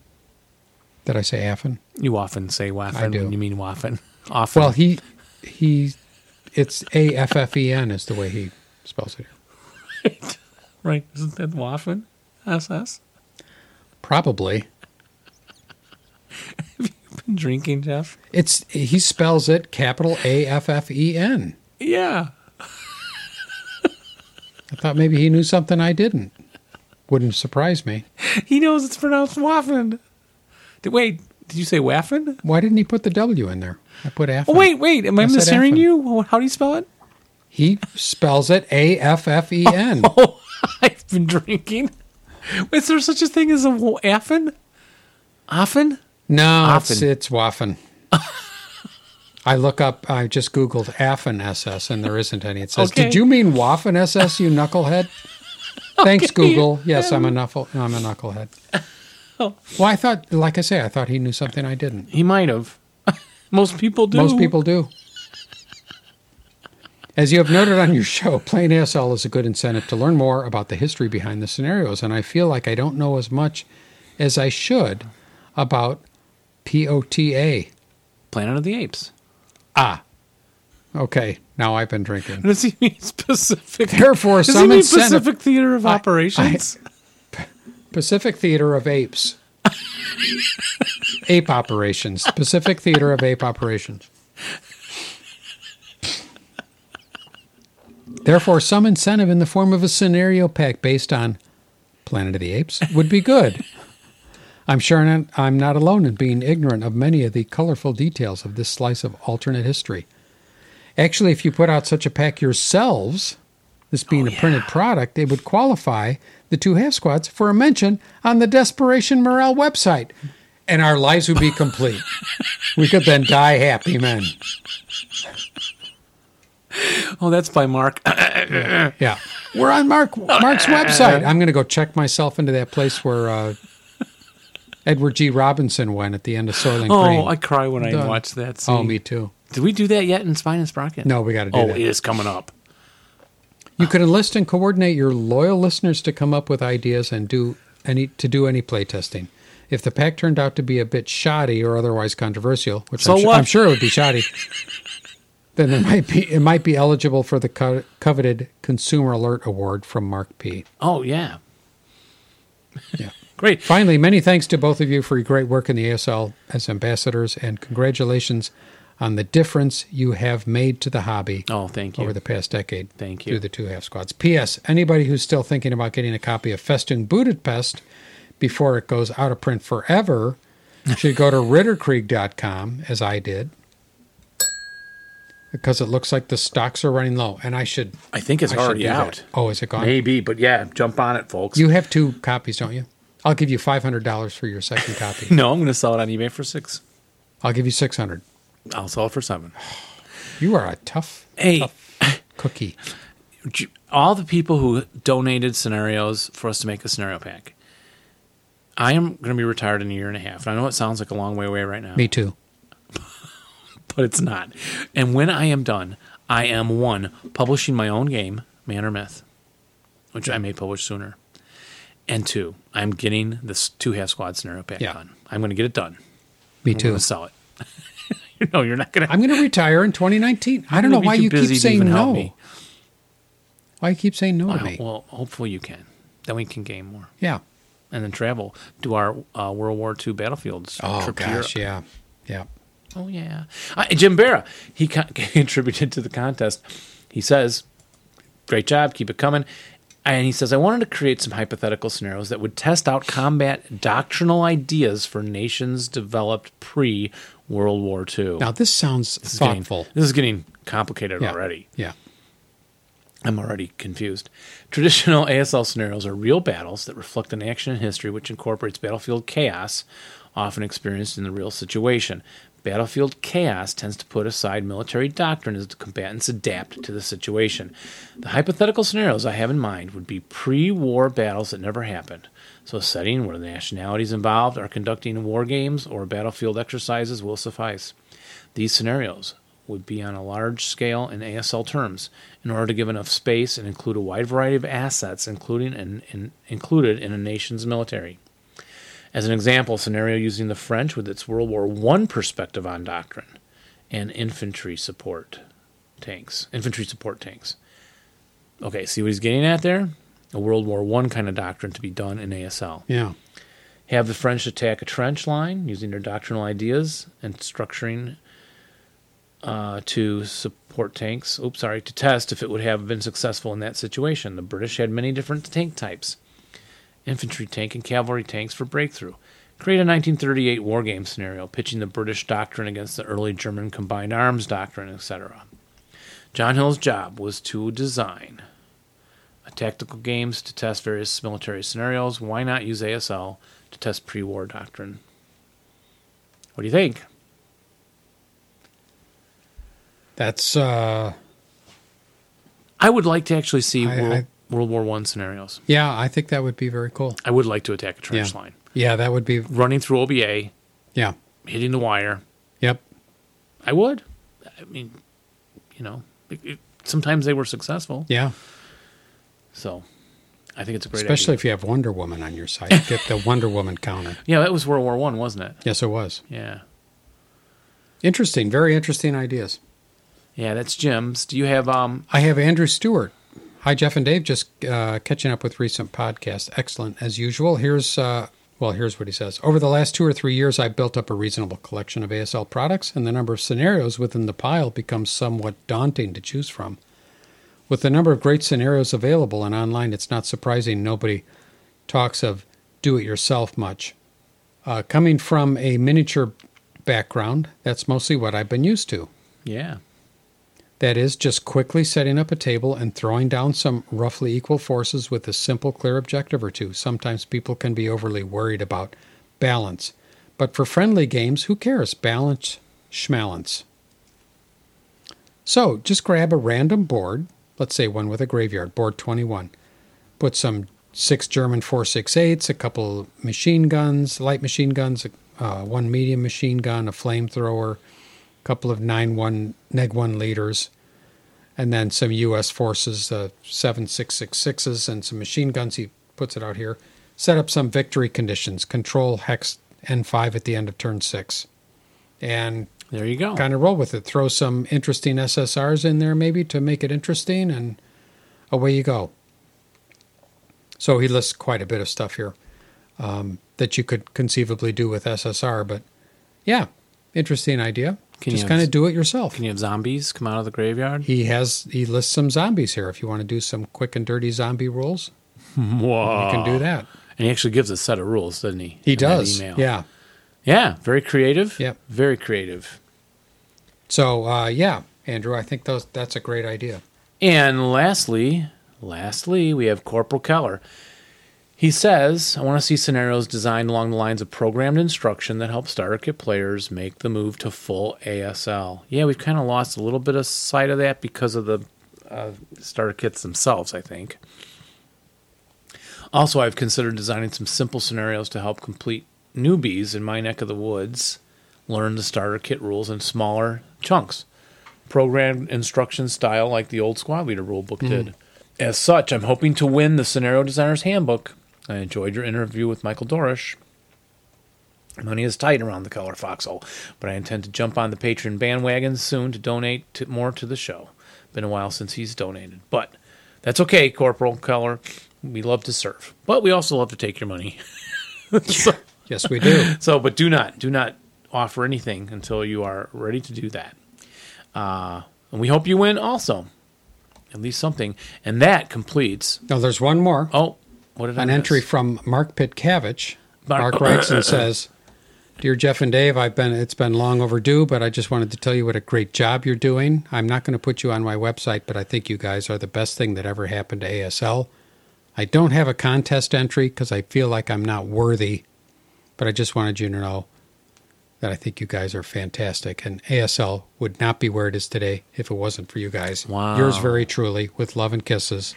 Speaker 1: Did I say Affen?
Speaker 5: You often say waffen
Speaker 1: I do.
Speaker 5: when you mean waffen.
Speaker 1: *laughs*
Speaker 5: Often.
Speaker 1: Well, he he it's A F F E N is the way he spells it.
Speaker 5: *laughs* right. Isn't that waffen? SS?
Speaker 1: Probably.
Speaker 5: Been drinking, Jeff?
Speaker 1: It's he spells it capital A F F E N.
Speaker 5: Yeah.
Speaker 1: I thought maybe he knew something I didn't. Wouldn't surprise me.
Speaker 5: He knows it's pronounced waffen. Did, wait, did you say waffen?
Speaker 1: Why didn't he put the W in there? I put Affen.
Speaker 5: Oh, wait, wait. Am I,
Speaker 1: I said
Speaker 5: mishearing
Speaker 1: affen.
Speaker 5: you? Wh- How do you spell it?
Speaker 1: He spells it A F F E N.
Speaker 5: Oh, *laughs* I've been drinking. Is there such a thing as a wa- affen? Often?
Speaker 1: No, it's,
Speaker 5: Waffen.
Speaker 1: it's Waffen. I look up, I just Googled Affen SS and there isn't any. It says,
Speaker 5: Okay.
Speaker 1: Did you mean Waffen SS, you
Speaker 5: *laughs*
Speaker 1: knucklehead? Thanks, Google. Yes, I'm
Speaker 5: Um.
Speaker 1: a, knuckle, I'm a knucklehead.
Speaker 5: Oh.
Speaker 1: Well, I thought, like I say, I thought he knew something I didn't.
Speaker 5: He might have. *laughs* Most people do.
Speaker 1: Most people do. As you have noted on your show, plain ASL is a good incentive to learn more about the history behind the scenarios, and I feel like I don't know as much as I should about POTA.
Speaker 5: Planet of the Apes.
Speaker 1: Ah, Okay, now I've been drinking.
Speaker 5: Does he mean *laughs* specific?
Speaker 1: Therefore,
Speaker 5: Does he
Speaker 1: some
Speaker 5: mean
Speaker 1: incentive-
Speaker 5: Pacific Theater of Operations?
Speaker 1: Pacific Theater of Apes. Ape operations. Pacific Theater of Ape operations. Therefore, some incentive in the form of a scenario pack based on Planet of the Apes would be good. I'm sure not, I'm not alone in being ignorant of many of the colorful details of this slice of alternate history. Actually, if you put out such a pack yourselves, this
Speaker 5: Oh,
Speaker 1: being a printed product, it would qualify the two half squads for a mention on the Desperation Morale website, and our lives would be complete. we could then die happy men.
Speaker 5: oh, that's
Speaker 1: *coughs*
Speaker 5: by Mark.
Speaker 1: Yeah, we're on Mark Mark's website. I'm going to go check myself into that place where uh, Edward G. Robinson went at the end of Soylent Green.
Speaker 5: oh, I cry when I
Speaker 1: Done.
Speaker 5: watch that scene.
Speaker 1: oh, me too.
Speaker 5: Did we do that yet in Spine and Sprocket?
Speaker 1: No, we got to do
Speaker 5: Oh,
Speaker 1: that.
Speaker 5: it is coming up.
Speaker 1: You could enlist and coordinate your loyal listeners to come up with ideas and do any to do any playtesting. If the pack turned out to be a bit shoddy or otherwise controversial, which
Speaker 5: So
Speaker 1: I'm, su-
Speaker 5: what?
Speaker 1: I'm sure it would be shoddy, *laughs* then it might be it might be eligible for the co- coveted Consumer Alert Award from Mark P.
Speaker 5: Oh, yeah.
Speaker 1: Yeah.
Speaker 5: *laughs* Great.
Speaker 1: Finally, many thanks to both of you for your great work in the ASL as ambassadors, and congratulations on the difference you have made to the hobby
Speaker 5: Oh, thank you.
Speaker 1: over the past decade.
Speaker 5: Thank you.
Speaker 1: Through the two half squads. P.S. Anybody who's still thinking about getting a copy of Festoon Budapest before it goes out of print forever *laughs* should go to ritterkrieg.com, as I did, because it looks like the stocks are running low, and I should.
Speaker 5: I think it's
Speaker 1: I should
Speaker 5: already
Speaker 1: do that.
Speaker 5: out.
Speaker 1: Oh, is it gone?
Speaker 5: Maybe, but yeah, jump on it, folks.
Speaker 1: You have two copies, don't you? I'll give you five hundred dollars for your second copy.
Speaker 5: *laughs* *laughs* no, I'm going to sell it on eBay for six.
Speaker 1: I'll give you six hundred.
Speaker 5: I'll sell it for seven.
Speaker 1: You are a tough
Speaker 5: Hey,
Speaker 1: cookie.
Speaker 5: j- all the people who donated scenarios for us to make a scenario pack. I am going to be retired in a year and a half. And I know it sounds like a long way away right now.
Speaker 1: Me too.
Speaker 5: but it's not. And when I am done, I am one publishing my own game, Man or Myth, which I may publish sooner, and two. I'm getting this two half squad scenario pack
Speaker 1: Yeah.
Speaker 5: done. I'm going to get it done.
Speaker 1: Me
Speaker 5: I'm going
Speaker 1: too.
Speaker 5: to sell it. *laughs* you know, you're not going to. *laughs*
Speaker 1: I'm going to retire in 2019. I don't know
Speaker 5: gonna be
Speaker 1: why
Speaker 5: too
Speaker 1: you keep
Speaker 5: busy to
Speaker 1: saying
Speaker 5: even help
Speaker 1: no.
Speaker 5: me.
Speaker 1: Why you keep saying no to me?
Speaker 5: Well, hopefully you can. Then we can game more
Speaker 1: yeah.
Speaker 5: and then travel to our uh, World War II battlefields.
Speaker 1: Oh
Speaker 5: trip to Europe.
Speaker 1: gosh, yeah, yeah.
Speaker 5: Oh yeah, uh, Jim Barra. He con- *laughs* contributed to the contest. He says, "Great job, keep it coming." And he says, "I wanted to create some hypothetical scenarios that would test out combat doctrinal ideas for nations developed pre World War II."
Speaker 1: Now this sounds
Speaker 5: this is getting,
Speaker 1: thoughtful.
Speaker 5: this is getting complicated
Speaker 1: yeah.
Speaker 5: already.
Speaker 1: Yeah.
Speaker 5: I'm already confused. Traditional *laughs* ASL scenarios are real battles that reflect an action in history which incorporates battlefield chaos, often experienced in the real situation. Battlefield chaos tends to put aside military doctrine as the combatants adapt to the situation. The hypothetical scenarios I have in mind would be pre war battles that never happened. So, a setting where the nationalities involved are conducting war games or battlefield exercises will suffice. These scenarios would be on a large scale in ASL terms in order to give enough space and include a wide variety of assets including and in, included in a nation's military. As an example, a scenario using the French with its World War I perspective on doctrine and infantry support tanks. Infantry support tanks. Okay, see what he's getting at there? A World War I kind of doctrine to be done in ASL
Speaker 1: Yeah.
Speaker 5: have the French attack a trench line using their doctrinal ideas and structuring uh, to support tanks. Oops, sorry, to test if it would have been successful in that situation. The British had many different tank types infantry tank and cavalry tanks for breakthrough. Create a 1938 war game scenario pitching the British doctrine against the early German combined arms doctrine, etc. John Hill's job was to design a tactical games to test various military scenarios. Why not use ASL to test pre-war doctrine? What do you think?
Speaker 1: That's uh
Speaker 5: I would like to actually see
Speaker 1: I-
Speaker 5: World,
Speaker 1: I-
Speaker 5: World War One scenarios.
Speaker 1: yeah, I think that would be very cool.
Speaker 5: I would like to attack a trench
Speaker 1: Yeah.
Speaker 5: line,
Speaker 1: Yeah, that would be
Speaker 5: running through OBA,
Speaker 1: yeah.
Speaker 5: hitting the wire.
Speaker 1: Yep.
Speaker 5: I would. I mean, you know, it, it, sometimes they were successful.
Speaker 1: Yeah.
Speaker 5: So, I think it's a great,
Speaker 1: Especially
Speaker 5: idea.
Speaker 1: if you have Wonder Woman on your side. Get the Wonder Woman counter.
Speaker 5: yeah, that was World War One, wasn't it?
Speaker 1: Yes, it was.
Speaker 5: Yeah,
Speaker 1: Interesting, very interesting ideas.
Speaker 5: yeah, that's Jim's. Do you have um?
Speaker 1: I have Andrew Stewart. Hi, Jeff and Dave. Just uh, catching up with recent podcasts. Excellent as usual. Here's uh, well, here's what he says. Over the last two or three years, I built up a reasonable collection of ASL products, and the number of scenarios within the pile becomes somewhat daunting to choose from. With the number of great scenarios available and online, it's not surprising nobody talks of do-it-yourself much. Uh, coming from a miniature background, that's mostly what I've been used to.
Speaker 5: Yeah,
Speaker 1: That is just quickly setting up a table and throwing down some roughly equal forces with a simple, clear objective or two. Sometimes people can be overly worried about balance. But for friendly games, who cares? Balance, schmalance. So just grab a random board, let's say one with a graveyard, board 21. Put some six German 468s, a couple machine guns, light machine guns, uh, one medium machine gun, a flamethrower, couple of nine one neg one leaders, and then some U.S. forces, uh, seven six six sixes, and some machine guns. He puts it out here. Set up some victory conditions. Control hex N five at the end of turn six, and
Speaker 5: there you go.
Speaker 1: kind of roll with it. Throw some interesting SSRs in there maybe to make it interesting, and away you go. So he lists quite a bit of stuff here um, that you could conceivably do with SSR, but yeah, interesting idea.
Speaker 5: Can you
Speaker 1: Just
Speaker 5: have
Speaker 1: kind
Speaker 5: s-
Speaker 1: of do it yourself.
Speaker 5: Can you have zombies come out of the graveyard?
Speaker 1: He has he lists some zombies here. If you want to do some quick and dirty zombie rules,
Speaker 5: Whoa.
Speaker 1: you can do that.
Speaker 5: And he actually gives a set of rules, doesn't he?
Speaker 1: He
Speaker 5: in Ah, that
Speaker 1: does.
Speaker 5: email.
Speaker 1: Yeah.
Speaker 5: Yeah. Very creative.
Speaker 1: Yep.
Speaker 5: Very creative.
Speaker 1: So uh, yeah, Andrew, I think those that's a great idea.
Speaker 5: And lastly, lastly, we have Corporal Keller. He says, I want to see scenarios designed along the lines of programmed instruction that help starter kit players make the move to full ASL. Yeah, we've kind of lost a little bit of sight of that because of the uh, starter kits themselves, I think. Also, I've considered designing some simple scenarios to help complete newbies in my neck of the woods learn the starter kit rules in smaller chunks program instruction style like the old squad leader rulebook did. As such, I'm hoping to win the scenario designer's handbook I enjoyed your interview with Michael Dorish. Money is tight around the color foxhole, but I intend to jump on the Patreon bandwagon soon to donate to, more to the show. Been a while since he's donated, but that's okay, Corporal Color. We love to serve, but we also love to take your money. *laughs* so,
Speaker 1: Yes, we
Speaker 5: *laughs*
Speaker 1: do.
Speaker 5: so, but do not, do not offer anything until you are ready to do that. Uh, and we hope you win also, at least something. And that completes.
Speaker 1: Now, there's one more.
Speaker 5: Oh, what did I
Speaker 1: An
Speaker 5: miss?
Speaker 1: entry from Mark Pitkavich.
Speaker 5: Mark-
Speaker 1: Mark writes and says, "Dear Jeff and Dave, I've been it's been long overdue, but I just wanted to tell you what a great job you're doing. I'm not going to put you on my website, but I think you guys are the best thing that ever happened to ASL. I don't have a contest entry because I feel like I'm not worthy, but I just wanted you to know that I think you guys are fantastic, and ASL would not be where it is today if it wasn't for you guys.
Speaker 5: Wow.
Speaker 1: Yours very truly, with love and kisses,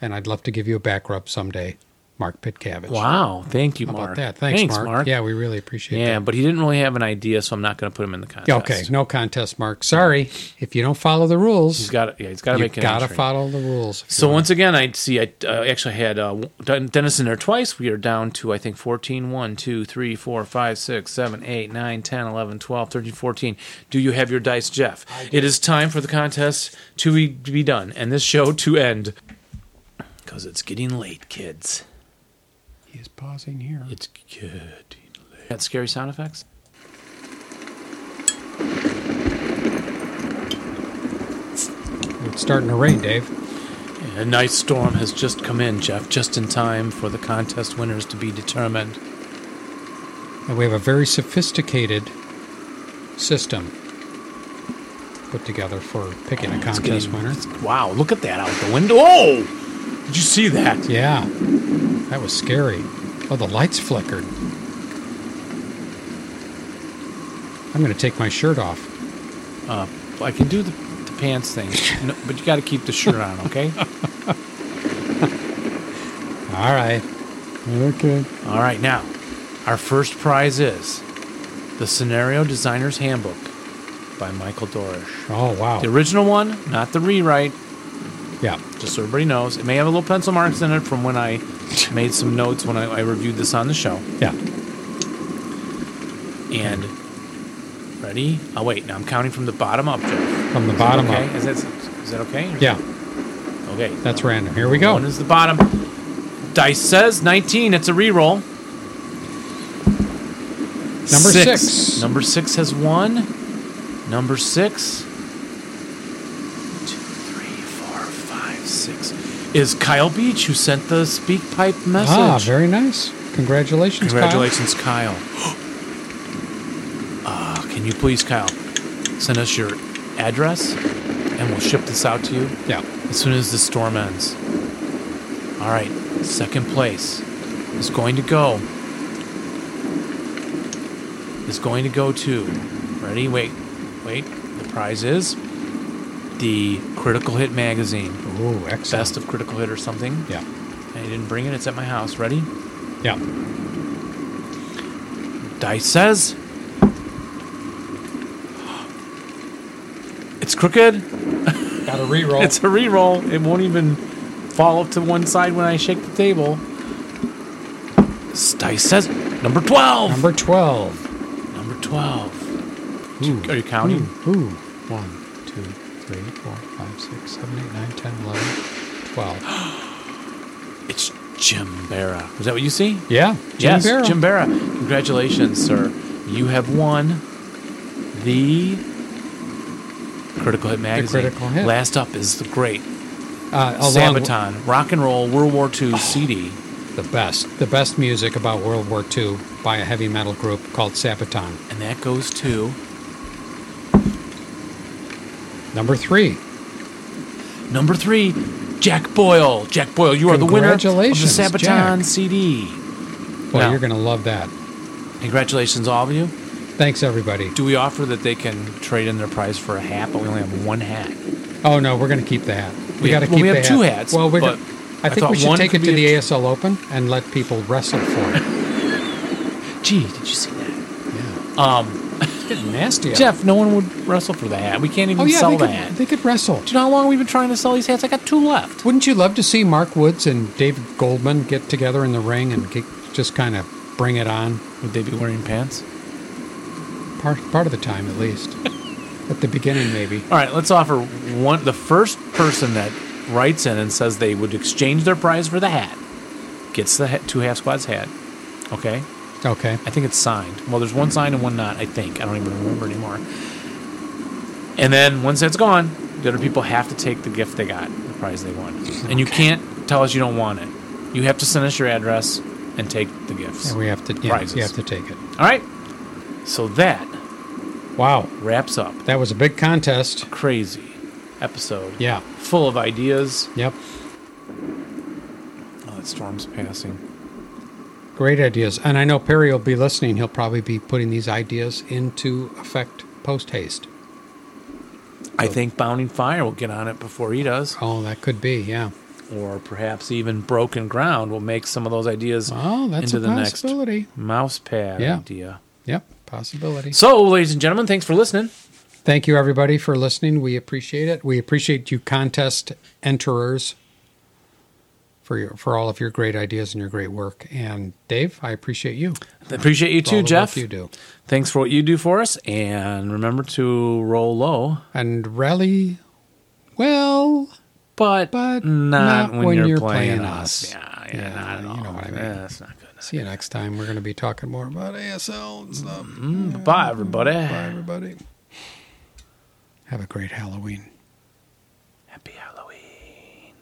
Speaker 1: and I'd love to give you a back rub someday, Mark Pitkavich.
Speaker 5: Wow, thank you,
Speaker 1: How
Speaker 5: Mark.
Speaker 1: about that? Thanks, Mark. Yeah, we really appreciate
Speaker 5: Yeah,
Speaker 1: that.
Speaker 5: but he didn't really have an idea, so I'm not going to put him in the contest.
Speaker 1: Yeah, okay, no contest, Mark. Sorry, if you don't follow the rules,
Speaker 5: he's got. Yeah, he's got to
Speaker 1: you
Speaker 5: make an
Speaker 1: gotta
Speaker 5: entry.
Speaker 1: follow the rules. if you
Speaker 5: So
Speaker 1: want.
Speaker 5: once again, I see. I uh, actually had uh, Den- Dennis in there twice. We are down to I think 14, 1, 2, 3, 4, 5, 6, 7, 8, 9, 10, 11, 12, 13, 14. Do you have your dice, Jeff? It is time for the contest to be, to be done and this show to end because it's getting late, kids.
Speaker 1: he is pausing here.
Speaker 5: It's getting late. Got scary sound effects.
Speaker 1: It's starting to rain, Dave.
Speaker 5: A nice storm has just come in, Jeff, just in time for the contest winners to be determined.
Speaker 1: And we have a very sophisticated system put together for picking a
Speaker 5: It's
Speaker 1: contest
Speaker 5: getting-
Speaker 1: winner.
Speaker 5: it's- Wow, look at that out the window. Oh! Did you see that?
Speaker 1: Yeah, that was scary. Oh, the lights flickered. I'm going to take my shirt off.
Speaker 5: Uh, I can do the, the pants thing, no, but you got to keep the shirt on,
Speaker 1: *laughs*
Speaker 5: okay?
Speaker 1: All right. Okay.
Speaker 5: All right, now, our first prize is the Scenario Designer's Handbook by Michael Dorish.
Speaker 1: Oh, wow.
Speaker 5: The original one, not the rewrite,
Speaker 1: Yeah.
Speaker 5: just so everybody knows. It may have a little pencil marks in it from
Speaker 1: *laughs*
Speaker 5: when I made some notes when I, I reviewed this on the show.
Speaker 1: Yeah.
Speaker 5: And ready? Oh wait, now I'm counting from the bottom up. Jeff.
Speaker 1: From the bottom
Speaker 5: okay?
Speaker 1: up.
Speaker 5: Is that is that okay?
Speaker 1: Yeah,
Speaker 5: Okay.
Speaker 1: that's random. Here we go.
Speaker 5: One is the bottom. Dice says 19. It's a reroll.
Speaker 1: Number six.
Speaker 5: Number six has one. Number six. Two, three, four, five, six. Is Kyle Beach who sent the speak pipe message?
Speaker 1: ah, very nice. Congratulations, Kyle.
Speaker 5: Congratulations, Kyle. *gasps* Ah, can you please, Kyle, send us your address and we'll ship this out to you
Speaker 1: Yeah.
Speaker 5: as soon as the storm ends. All right, second place is going to go. Is going to go to. Ready? Wait, wait. The prize is the Critical Hit magazine,
Speaker 1: Ooh, excellent.
Speaker 5: best of Critical Hit or something.
Speaker 1: Yeah.
Speaker 5: I didn't bring it. It's at my house. Ready?
Speaker 1: Yeah.
Speaker 5: Dice says. *gasps* It's crooked.
Speaker 1: Got a reroll.
Speaker 5: It's a reroll. It won't even fall up to one side when I shake the table. Dice says number
Speaker 1: *laughs*
Speaker 5: 12.
Speaker 1: Number 12.
Speaker 5: Number 12.
Speaker 1: Ooh.
Speaker 5: Are you counting?
Speaker 1: Ooh. ooh. One, two, three, four, five, six, seven, eight, nine, 10, 11,
Speaker 5: *gasps*
Speaker 1: 12.
Speaker 5: It's Jim Barra. Is that what you see?
Speaker 1: Yeah. Jim
Speaker 5: yes,
Speaker 1: Barrow.
Speaker 5: Jim Barra. Congratulations, sir. You have won the Critical Hit magazine.
Speaker 1: Critical Hit.
Speaker 5: Last up is the great
Speaker 1: uh, along Oh. with
Speaker 5: Sabaton Rock and Roll World War II CD.
Speaker 1: The best. The best music about World War II by a heavy metal group called Sabaton.
Speaker 5: And that goes to
Speaker 1: Number three.
Speaker 5: Number three, Jack Boyle. Jack Boyle, you are the winner of the
Speaker 1: Congratulations,
Speaker 5: Sabaton
Speaker 1: Jack.
Speaker 5: CD.
Speaker 1: Well,
Speaker 5: Now-
Speaker 1: you're going to love that.
Speaker 5: Congratulations, all of you.
Speaker 1: Thanks, everybody.
Speaker 5: Do we offer that they can trade in their prize for a hat? But we only have one hat.
Speaker 1: Oh, no, we're going to keep the hat. We,
Speaker 5: We-
Speaker 1: got to
Speaker 5: well,
Speaker 1: keep
Speaker 5: we
Speaker 1: the hat.
Speaker 5: have two hats,
Speaker 1: Well, we're
Speaker 5: but
Speaker 1: gonna-
Speaker 5: I
Speaker 1: I think
Speaker 5: thought
Speaker 1: we should
Speaker 5: one
Speaker 1: take
Speaker 5: could
Speaker 1: it to
Speaker 5: be
Speaker 1: the
Speaker 5: a-
Speaker 1: ASL Open and let
Speaker 5: *laughs*
Speaker 1: people wrestle for it.
Speaker 5: Gee, did you see that?
Speaker 1: Yeah.
Speaker 5: Um,
Speaker 1: getting nasty. out
Speaker 5: Jeff, no one would wrestle for the hat. We can't even
Speaker 1: Oh yeah,
Speaker 5: sell
Speaker 1: they
Speaker 5: the
Speaker 1: could,
Speaker 5: hat.
Speaker 1: they could wrestle.
Speaker 5: Do you know how long we've been trying to sell these hats? I got two left.
Speaker 1: Wouldn't you love to see Mark Woods and David Goldman get together in the ring and get, just kind of bring it on?
Speaker 5: Would they be wearing pants?
Speaker 1: Part part of the time, at
Speaker 5: *laughs*
Speaker 1: least. At the beginning, maybe.
Speaker 5: All right, let's offer one. The first person that writes in and says they would exchange their prize for the hat gets the ha- two half squads hat. Okay,
Speaker 1: Okay.
Speaker 5: I think it's signed. Well, there's one signed and one not. I think I don't even remember anymore. And then once that's gone, the other people have to take the gift they got, the prize they won, and you can't tell us you don't want it. You have to send us your address and take the gifts.
Speaker 1: And we have to. Yeah,
Speaker 5: Prizes.
Speaker 1: you have to take it.
Speaker 5: All right. So that
Speaker 1: Wow,
Speaker 5: wraps up
Speaker 1: that was a big contest.
Speaker 5: crazy episode.
Speaker 1: Yeah.
Speaker 5: Full of ideas.
Speaker 1: Yep.
Speaker 5: Oh, that storm's passing.
Speaker 1: Great ideas. And I know Perry will be listening. He'll probably be putting these ideas into effect post haste.
Speaker 5: I think Bounding Fire will get on it before he does,
Speaker 1: Oh, that could be. Yeah.
Speaker 5: or perhaps even Broken Ground will make some of those ideas
Speaker 1: Oh, that's
Speaker 5: into
Speaker 1: a
Speaker 5: the next
Speaker 1: possibility.
Speaker 5: mouse pad
Speaker 1: Yeah.
Speaker 5: idea.
Speaker 1: Yep. Possibility.
Speaker 5: So, ladies and gentlemen, thanks for listening.
Speaker 1: Thank you, everybody, for listening. We appreciate it. We appreciate you, contest enterers, for your for all of your great ideas and your great work. And Dave, I appreciate you.
Speaker 5: Appreciate you
Speaker 1: for all
Speaker 5: too,
Speaker 1: the
Speaker 5: Jeff.
Speaker 1: work you do
Speaker 5: Thanks for what you do for us, and remember to roll low,
Speaker 1: and rally. Well,
Speaker 5: but,
Speaker 1: But
Speaker 5: not, when, you're, playing,
Speaker 1: playing
Speaker 5: us.
Speaker 1: us.
Speaker 5: Yeah, yeah,
Speaker 1: Yeah,
Speaker 5: not at
Speaker 1: you
Speaker 5: all.
Speaker 1: know what I mean.
Speaker 5: Yeah, that's not good.
Speaker 1: see you next time. We're going to be talking more about ASL and stuff.
Speaker 5: Bye, everybody.
Speaker 1: Bye, everybody. Have a great Halloween.
Speaker 5: Happy Halloween.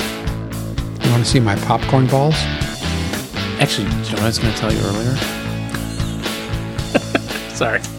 Speaker 1: You want to see my popcorn balls?
Speaker 5: Actually, do you know what I was going to tell you earlier? *laughs* Sorry.